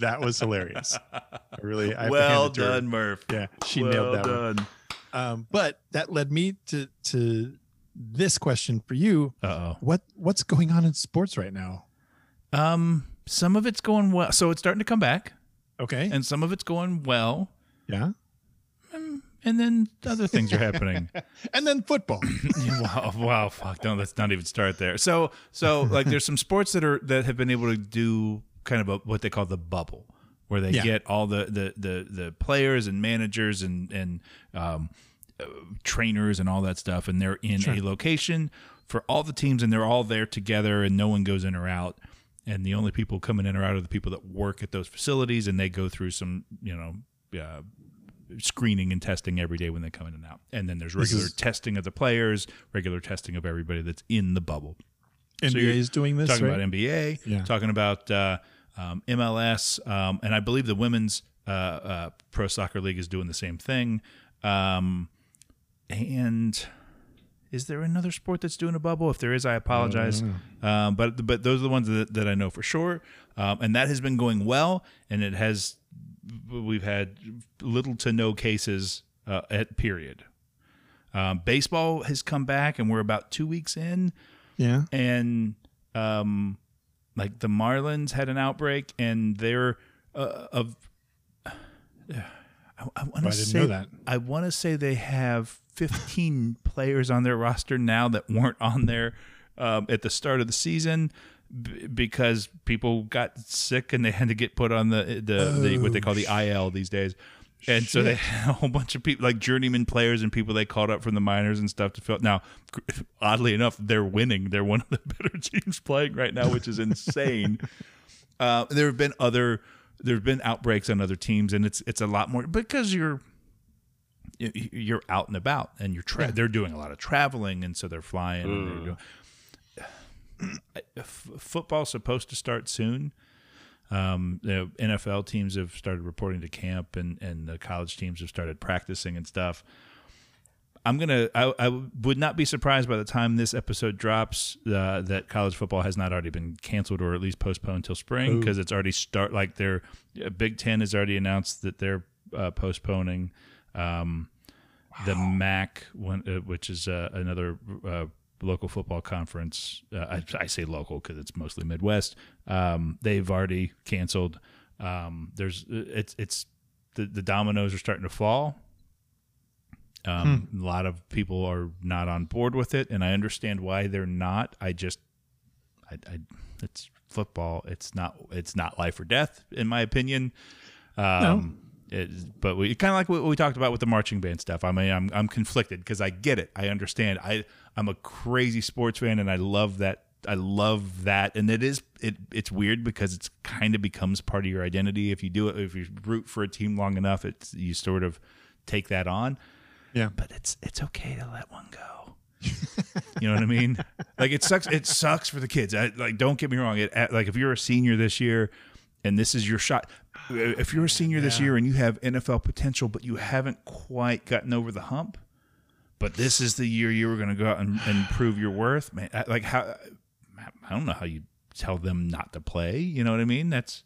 S4: that was hilarious. I really, I have to hand
S3: well
S4: it to her.
S3: done, Murph.
S4: Yeah, she
S3: well
S4: nailed that one.
S3: done.
S4: Um, but that led me to to this question for you:
S3: Uh oh.
S4: what what's going on in sports right now?
S3: Um some of it's going well. So it's starting to come back
S4: Okay,
S3: and some of it's going well.
S4: yeah,
S3: And then other things are happening.
S4: and then football.
S3: wow, Oh, wow, fuck! Don't let's not even start there. So, so like, there's some sports that are that have been able to do kind of a, what they call the bubble, where they
S4: Yeah.
S3: get all the the the the players and managers and and um, uh, trainers and all that stuff, and they're in a location for all the teams, and they're all there together, and no one goes in or out. And the only people coming in or out are the people that work at those facilities, and they go through some, you know, uh, screening and testing every day when they come in and out. And then there's regular
S4: is-
S3: testing of the players, regular testing of everybody that's in the bubble.
S4: NBA
S3: you're
S4: is doing this.
S3: talking
S4: right?
S3: about NBA,
S4: Yeah.
S3: talking about uh, um, MLS, um, and I believe the women's uh, uh, pro soccer league is doing the same thing. Um, and is there another sport that's doing a bubble? If there is, I apologize. Um, but but those are the ones that, that I know for sure, um, and that has been going well, and it has. We've had little to no cases uh, at period. Um, baseball has come back, and we're about two weeks in
S4: yeah,
S3: and um, like the Marlins had an outbreak, and they're uh, of. I, I want
S4: Oh,
S3: to
S4: I didn't
S3: say
S4: know that.
S3: I want to say they have 15 players on their roster now that weren't on there um, at the start of the season b- because people got sick and they had to get put on the the, the what they call
S4: Oh,
S3: the IL these days. And so they had a whole bunch of people, like journeyman players and people they called up from the minors and stuff to fill. Now, oddly enough, they're winning. They're one of the better teams playing right now, which is insane. Uh, there have been other there have been outbreaks on other teams, and it's it's a lot more because you're you- you're out and about, and you're tra- they're doing a lot of traveling, and so they're flying. And they're doing, F- football's supposed to start soon. Um, the NFL teams have started reporting to camp, and and the college teams have started practicing and stuff. I'm gonna. I, I would not be surprised by the time this episode drops uh, that college football has not already been canceled or at least postponed till spring because it's already start like their uh, Big Ten has already announced that they're uh, postponing um, the MAC one, uh, which is uh, another uh, local football conference. Uh, I, I say local because it's mostly Midwest. Um, they've already canceled. Um, there's it's it's the, the dominoes are starting to fall. Um, A lot of people are not on board with it, and I understand why they're not. I just, I, I it's football. It's not it's not life or death in my opinion. Um, it- but we kind of like what we talked about with the marching band stuff. I mean, I'm I'm conflicted because I get it. I understand. I I'm a crazy sports fan, and I love that. I love that, and it is it. It's weird because it's kind of becomes part of your identity. If you do it, if you root for a team long enough, it's you sort of take that on.
S4: Yeah.
S3: But it's it's okay to let one go. You know what I mean? Like it sucks. It sucks for the kids. I, like, don't get me wrong. It at- like if you're a senior this year, and this is your shot. uh, If you're a senior this year and you have NFL potential, but you haven't quite gotten over the hump, but this is the year you were going to go out and, and prove your worth, man. I- Like how? I don't know how you tell them not to play. You know what I mean? That's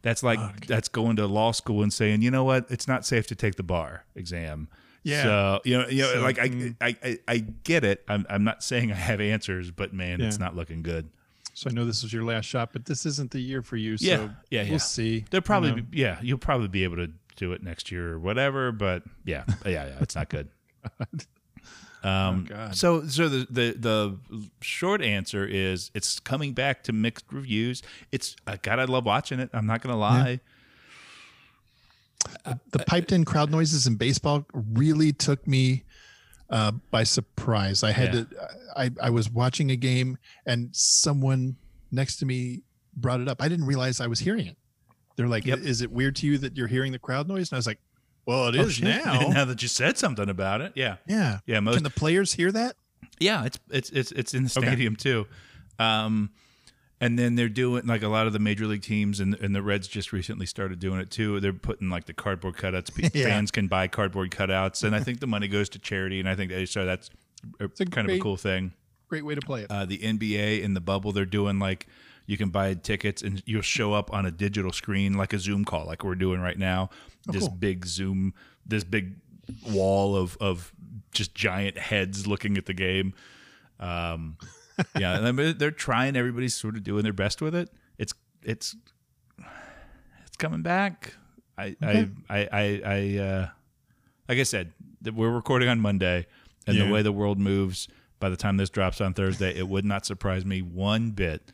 S3: that's like that's going to law school and saying, you know what, it's not safe to take the bar exam.
S4: Yeah.
S3: So Uh, you know, you know,
S4: So,
S3: like I,
S4: mm.
S3: I, I, I get it. I'm, I'm not saying I have answers, but man, it's
S4: Yeah.
S3: not looking good.
S4: So I know this was your last shot, but this isn't the year for you. So
S3: Yeah, yeah, yeah.
S4: We'll see.
S3: They'll probably,
S4: You know,
S3: be, yeah, you'll probably be able to do it next year or whatever. But yeah, yeah, yeah, it's not good.
S4: Oh,
S3: Um, so, so the, the the short answer is it's coming back to mixed reviews. It's uh, God, I love watching it. I'm not gonna lie.
S4: the piped in crowd noises in baseball really took me uh, by surprise. I had
S3: Yeah.
S4: to. I I was watching a game and someone next to me brought it up. I didn't realize I was hearing it. They're like,
S3: Yep.
S4: "Is it weird to you that you're hearing the crowd noise?" And I was like, "Well, it is
S3: Oh, shit.
S4: now."
S3: now that you said something about it, yeah,
S4: Yeah.
S3: yeah, most
S4: Can the players hear that?
S3: Yeah, it's it's it's it's in the stadium too. Um and then they're doing like a lot of the major league teams and and the Reds just recently started doing it too. They're putting like the cardboard cutouts. P-
S4: Yeah.
S3: Fans can buy cardboard cutouts, and I think the money goes to charity. And I think they- so that's a,
S4: a
S3: kind of a
S4: great-
S3: cool thing.
S4: Great way to play it.
S3: Uh, the NBA in the bubble, they're doing like you can buy tickets and you'll show up on a digital screen like a Zoom call, like we're doing right now. this big Zoom, this big wall of of just giant heads looking at the game. Um, yeah, and I mean, they're trying. Everybody's sort of doing their best with it. It's it's it's coming back. I I I I, I uh, like I said, that we're recording on Monday, and the way the world moves, by the time this drops on Thursday, it would not surprise me one bit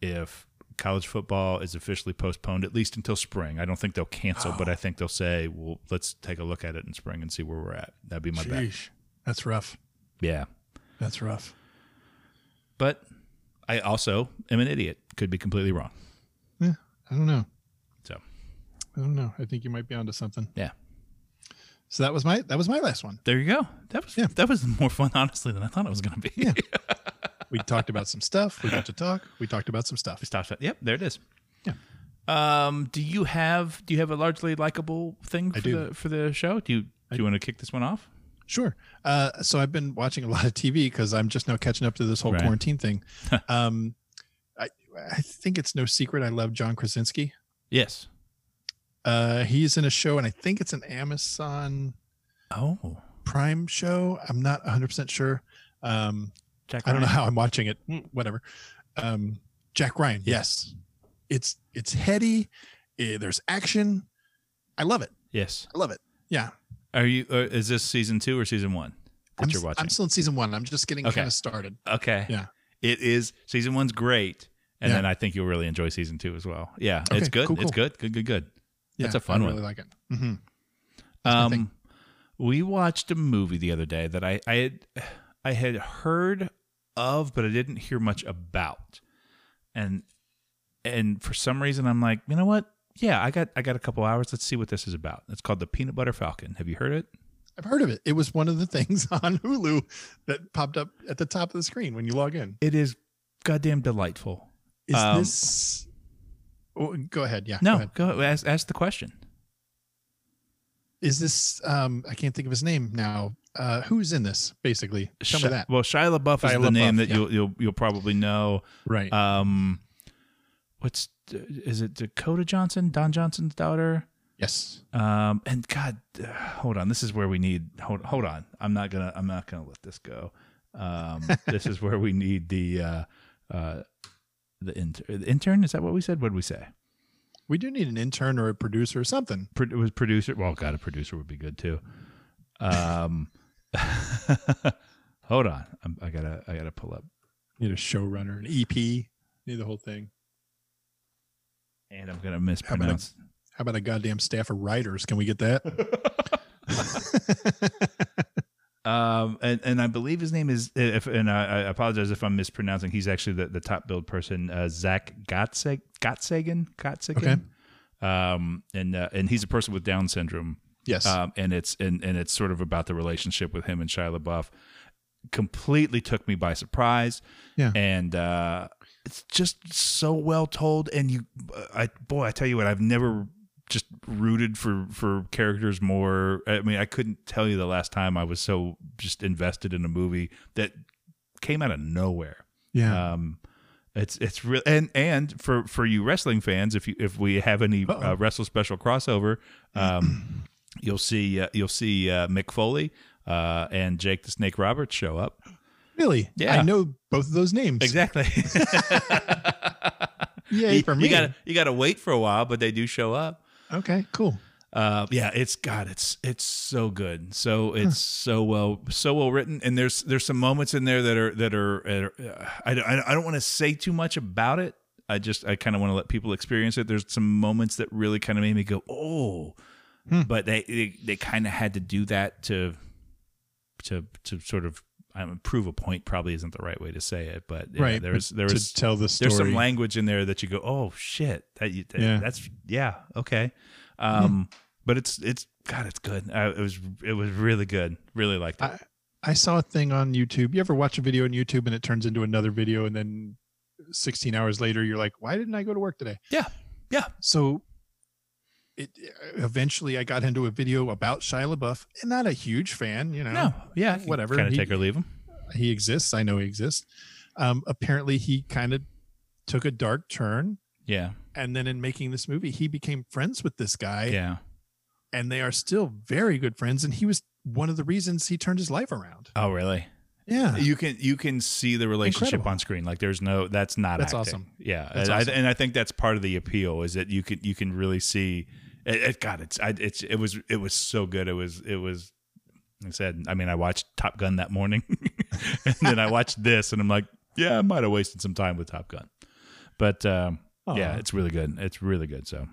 S3: if college football is officially postponed at least until spring. I don't think they'll cancel, but I think they'll say, "Well, let's take a look at it in spring and see where we're at." That'd be my bet.
S4: Sheesh. That's rough.
S3: Yeah,
S4: That's rough.
S3: but I also am an idiot. Could be completely wrong.
S4: Yeah. I don't know.
S3: So
S4: I don't know. I think you might be onto something.
S3: yeah,
S4: So that was my that was my last one.
S3: there you go. That was that was more fun, honestly, than I thought it was going to be.
S4: We talked about some stuff. We got to talk. We talked about some stuff.
S3: Stop sign. Yep, there it is. Yeah. Um, do you have do you have a largely likable thing for
S4: do.
S3: the for the show? Do you do you want to kick this one off?
S4: Sure. Uh, so I've been watching a lot of TV because I'm just now catching up to this whole
S3: Right.
S4: quarantine thing. um, I, I think it's no secret I love John Krasinski.
S3: Yes.
S4: Uh, he's in a show, and I think it's an Amazon
S3: Oh,
S4: Prime show. I'm not 100 percent sure. Um,
S3: Jack.
S4: I don't know
S3: Ryan.
S4: how I'm watching it. Mm, Whatever. Um, Jack Ryan. Yes. It's it's heady. eh, there's action. I love it.
S3: Yes.
S4: I love it. Yeah.
S3: Are you? Uh, is this season two or season one that
S4: I'm,
S3: you're
S4: s-
S3: watching?
S4: I'm still in season one. I'm just getting
S3: Okay.
S4: kind of started.
S3: okay.
S4: Yeah.
S3: It is season one's great, and
S4: Yeah.
S3: then I think you'll really enjoy season two as well. Yeah, it's
S4: Okay,
S3: good.
S4: cool,
S3: It's
S4: cool.
S3: good. Good. Good. Good.
S4: Yeah,
S3: That's a fun
S4: I
S3: one.
S4: really like it. hmm my thing.
S3: Um, we watched a movie the other day that I I had I had heard of, but I didn't hear much about, and and for some reason I'm like, you know what? Yeah, I got I got a couple hours. Let's see what this is about. It's called the Peanut Butter Falcon. Have you heard it?
S4: I've heard of it. It was one of the things on Hulu that popped up at the top of the screen when you log in.
S3: It is goddamn delightful.
S4: Is
S3: Um,
S4: this? Oh, go ahead. Yeah. go
S3: No,
S4: ahead.
S3: go, ask ask the question.
S4: Is this? Um, I can't think of his name now. Uh, who's in this? Basically, tell
S3: Shi-
S4: me that.
S3: Well, Shia LaBeouf is
S4: Shia
S3: the name
S4: LaBeouf,
S3: that
S4: yeah.
S3: you'll you'll you'll probably know.
S4: Right.
S3: Um, what's is it Dakota Johnson, Don Johnson's daughter?
S4: yes.
S3: Um, and God, uh, hold on. This is where we need. Hold, hold on. I'm not gonna. I'm not gonna let this go. Um, this is where we need the uh, uh, the, inter- the intern. Is that what we said? What did we say?
S4: We do need an intern or a producer or something.
S3: Pro- it was producer. Well, God, a producer would be good too. Um, hold on, I'm, I gotta I gotta pull up.
S4: Need a showrunner, an EP. Need the whole thing.
S3: And I'm gonna
S4: about a-
S3: mispronounce.
S4: How about a goddamn staff of writers? Can we get that?
S3: Um, and, and I believe his name is, if, and I, I apologize if I'm mispronouncing. He's actually the, the top build person, uh, Zach Gottseg, Gottsagen, Gottsagen. Um, and, uh, and he's a person with Down syndrome.
S4: yes.
S3: Um, and it's, and, and it's sort of about the relationship with him and Shia LaBeouf completely took me by surprise.
S4: Yeah.
S3: And, uh, it's just so well told. And you, I, boy, I tell you what, I've never just rooted for for characters more. I mean, I couldn't tell you the last time I was so just invested in a movie that came out of nowhere.
S4: yeah.
S3: Um, it's it's real and and for for you wrestling fans, if you if we have any uh, wrestle special crossover, um, you'll see uh, you'll see uh, Mick Foley uh, and Jake the Snake Roberts show up.
S4: really?
S3: yeah.
S4: I know both of those names.
S3: Exactly.
S4: Yay
S3: you,
S4: for me.
S3: you gotta you gotta wait for a while, but they do show up.
S4: okay, cool.
S3: Uh, yeah, it's God, it's it's so good, so it's so well, so well written, and there's there's some moments in there that are that are, uh, I don't, I don't want to say too much about it. I just I kind of want to let people experience it. There's some moments that really kind of made me go, oh,
S4: Hmm.
S3: but they they, they kind of had to do that to to to sort of I don't know, prove a point. Probably isn't the right way to say it, but yeah,
S4: right.
S3: there's
S4: but
S3: there was
S4: to tell the story.
S3: there's some language in there that you go, oh shit, that, you, that-
S4: Yeah.
S3: that's yeah, okay. Um, but it's it's God, it's good. I, it was it was really good. Really liked it.
S4: I, I saw a thing on YouTube. You ever watch a video on YouTube and it turns into another video, and then 16 hours later, you're like, why didn't I go to work today?
S3: yeah, yeah,
S4: So it uh, eventually I got into a video about Shia LaBeouf and not a huge fan, you know.
S3: no, yeah,
S4: whatever.
S3: Kind of
S4: He-
S3: take or leave him.
S4: He exists. I know he exists. Um, apparently, he kind of took a dark turn.
S3: Yeah,
S4: And then in making this movie, he became friends with this guy,
S3: yeah.
S4: and they are still very good friends. And he was one of the reasons he turned his life around.
S3: Oh, really?
S4: Yeah.
S3: You can you can see the relationship
S4: Incredible.
S3: on screen. Like there's no that's not
S4: That's
S3: acting.
S4: awesome.
S3: Yeah,
S4: That's
S3: and,
S4: awesome.
S3: I, and I think that's part of the appeal is that you can you can really see. It, it, God, it's I, it's it was it was so good. It was it was. like I said. I mean, I watched Top Gun that morning, and then I watched this, and I'm like, yeah, I might have wasted some time with Top Gun, but um, yeah,
S4: Aw.
S3: it's really good. It's really good. So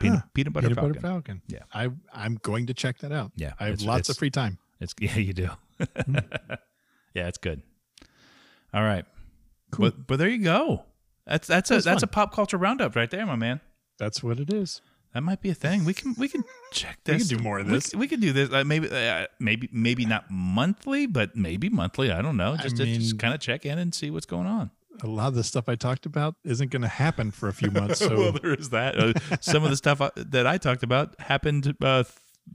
S3: peanut, peanut butter
S4: Peanut
S3: falcon.
S4: Butter Falcon.
S3: Yeah.
S4: I I'm going to check that out.
S3: Yeah,
S4: I have
S3: it's-
S4: lots
S3: it's-
S4: of free time.
S3: It's yeah, you do. Hmm. yeah, it's good. All right, But but there you go. That's that's a that's a pop culture roundup right there, my man.
S4: That's what it is.
S3: That might be a thing. We can we can check
S4: We
S3: this.
S4: can do more of
S3: We
S4: this.
S3: c- We, can do this. Uh, maybe uh, maybe maybe not monthly, but maybe monthly. I don't know. Just to, just
S4: mean-
S3: kind of check in and see what's going on.
S4: A lot of the stuff I talked about isn't going to happen for a few months.
S3: well,
S4: So
S3: there is that. Uh, some of the stuff I, that I talked about happened uh,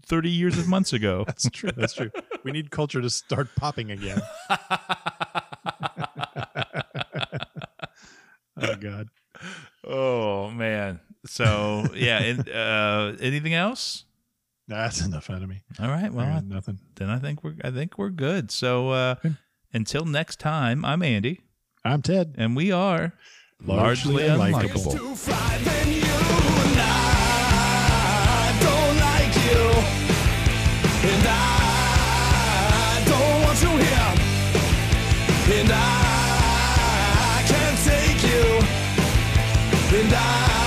S3: thirty years of months ago.
S4: that's true. That's true. We need culture to start popping again. oh God.
S3: oh man. So yeah. And, uh, anything else?
S4: That's enough out of me.
S3: All right. Well,
S4: I
S3: I
S4: got nothing.
S3: then I think we're I think we're good. So uh, until next time, I'm Andy,
S4: I'm Ted.
S3: and we are
S4: Largely unlikable.
S1: to fly than you and I don't like you and I don't want you here and I can't take you and I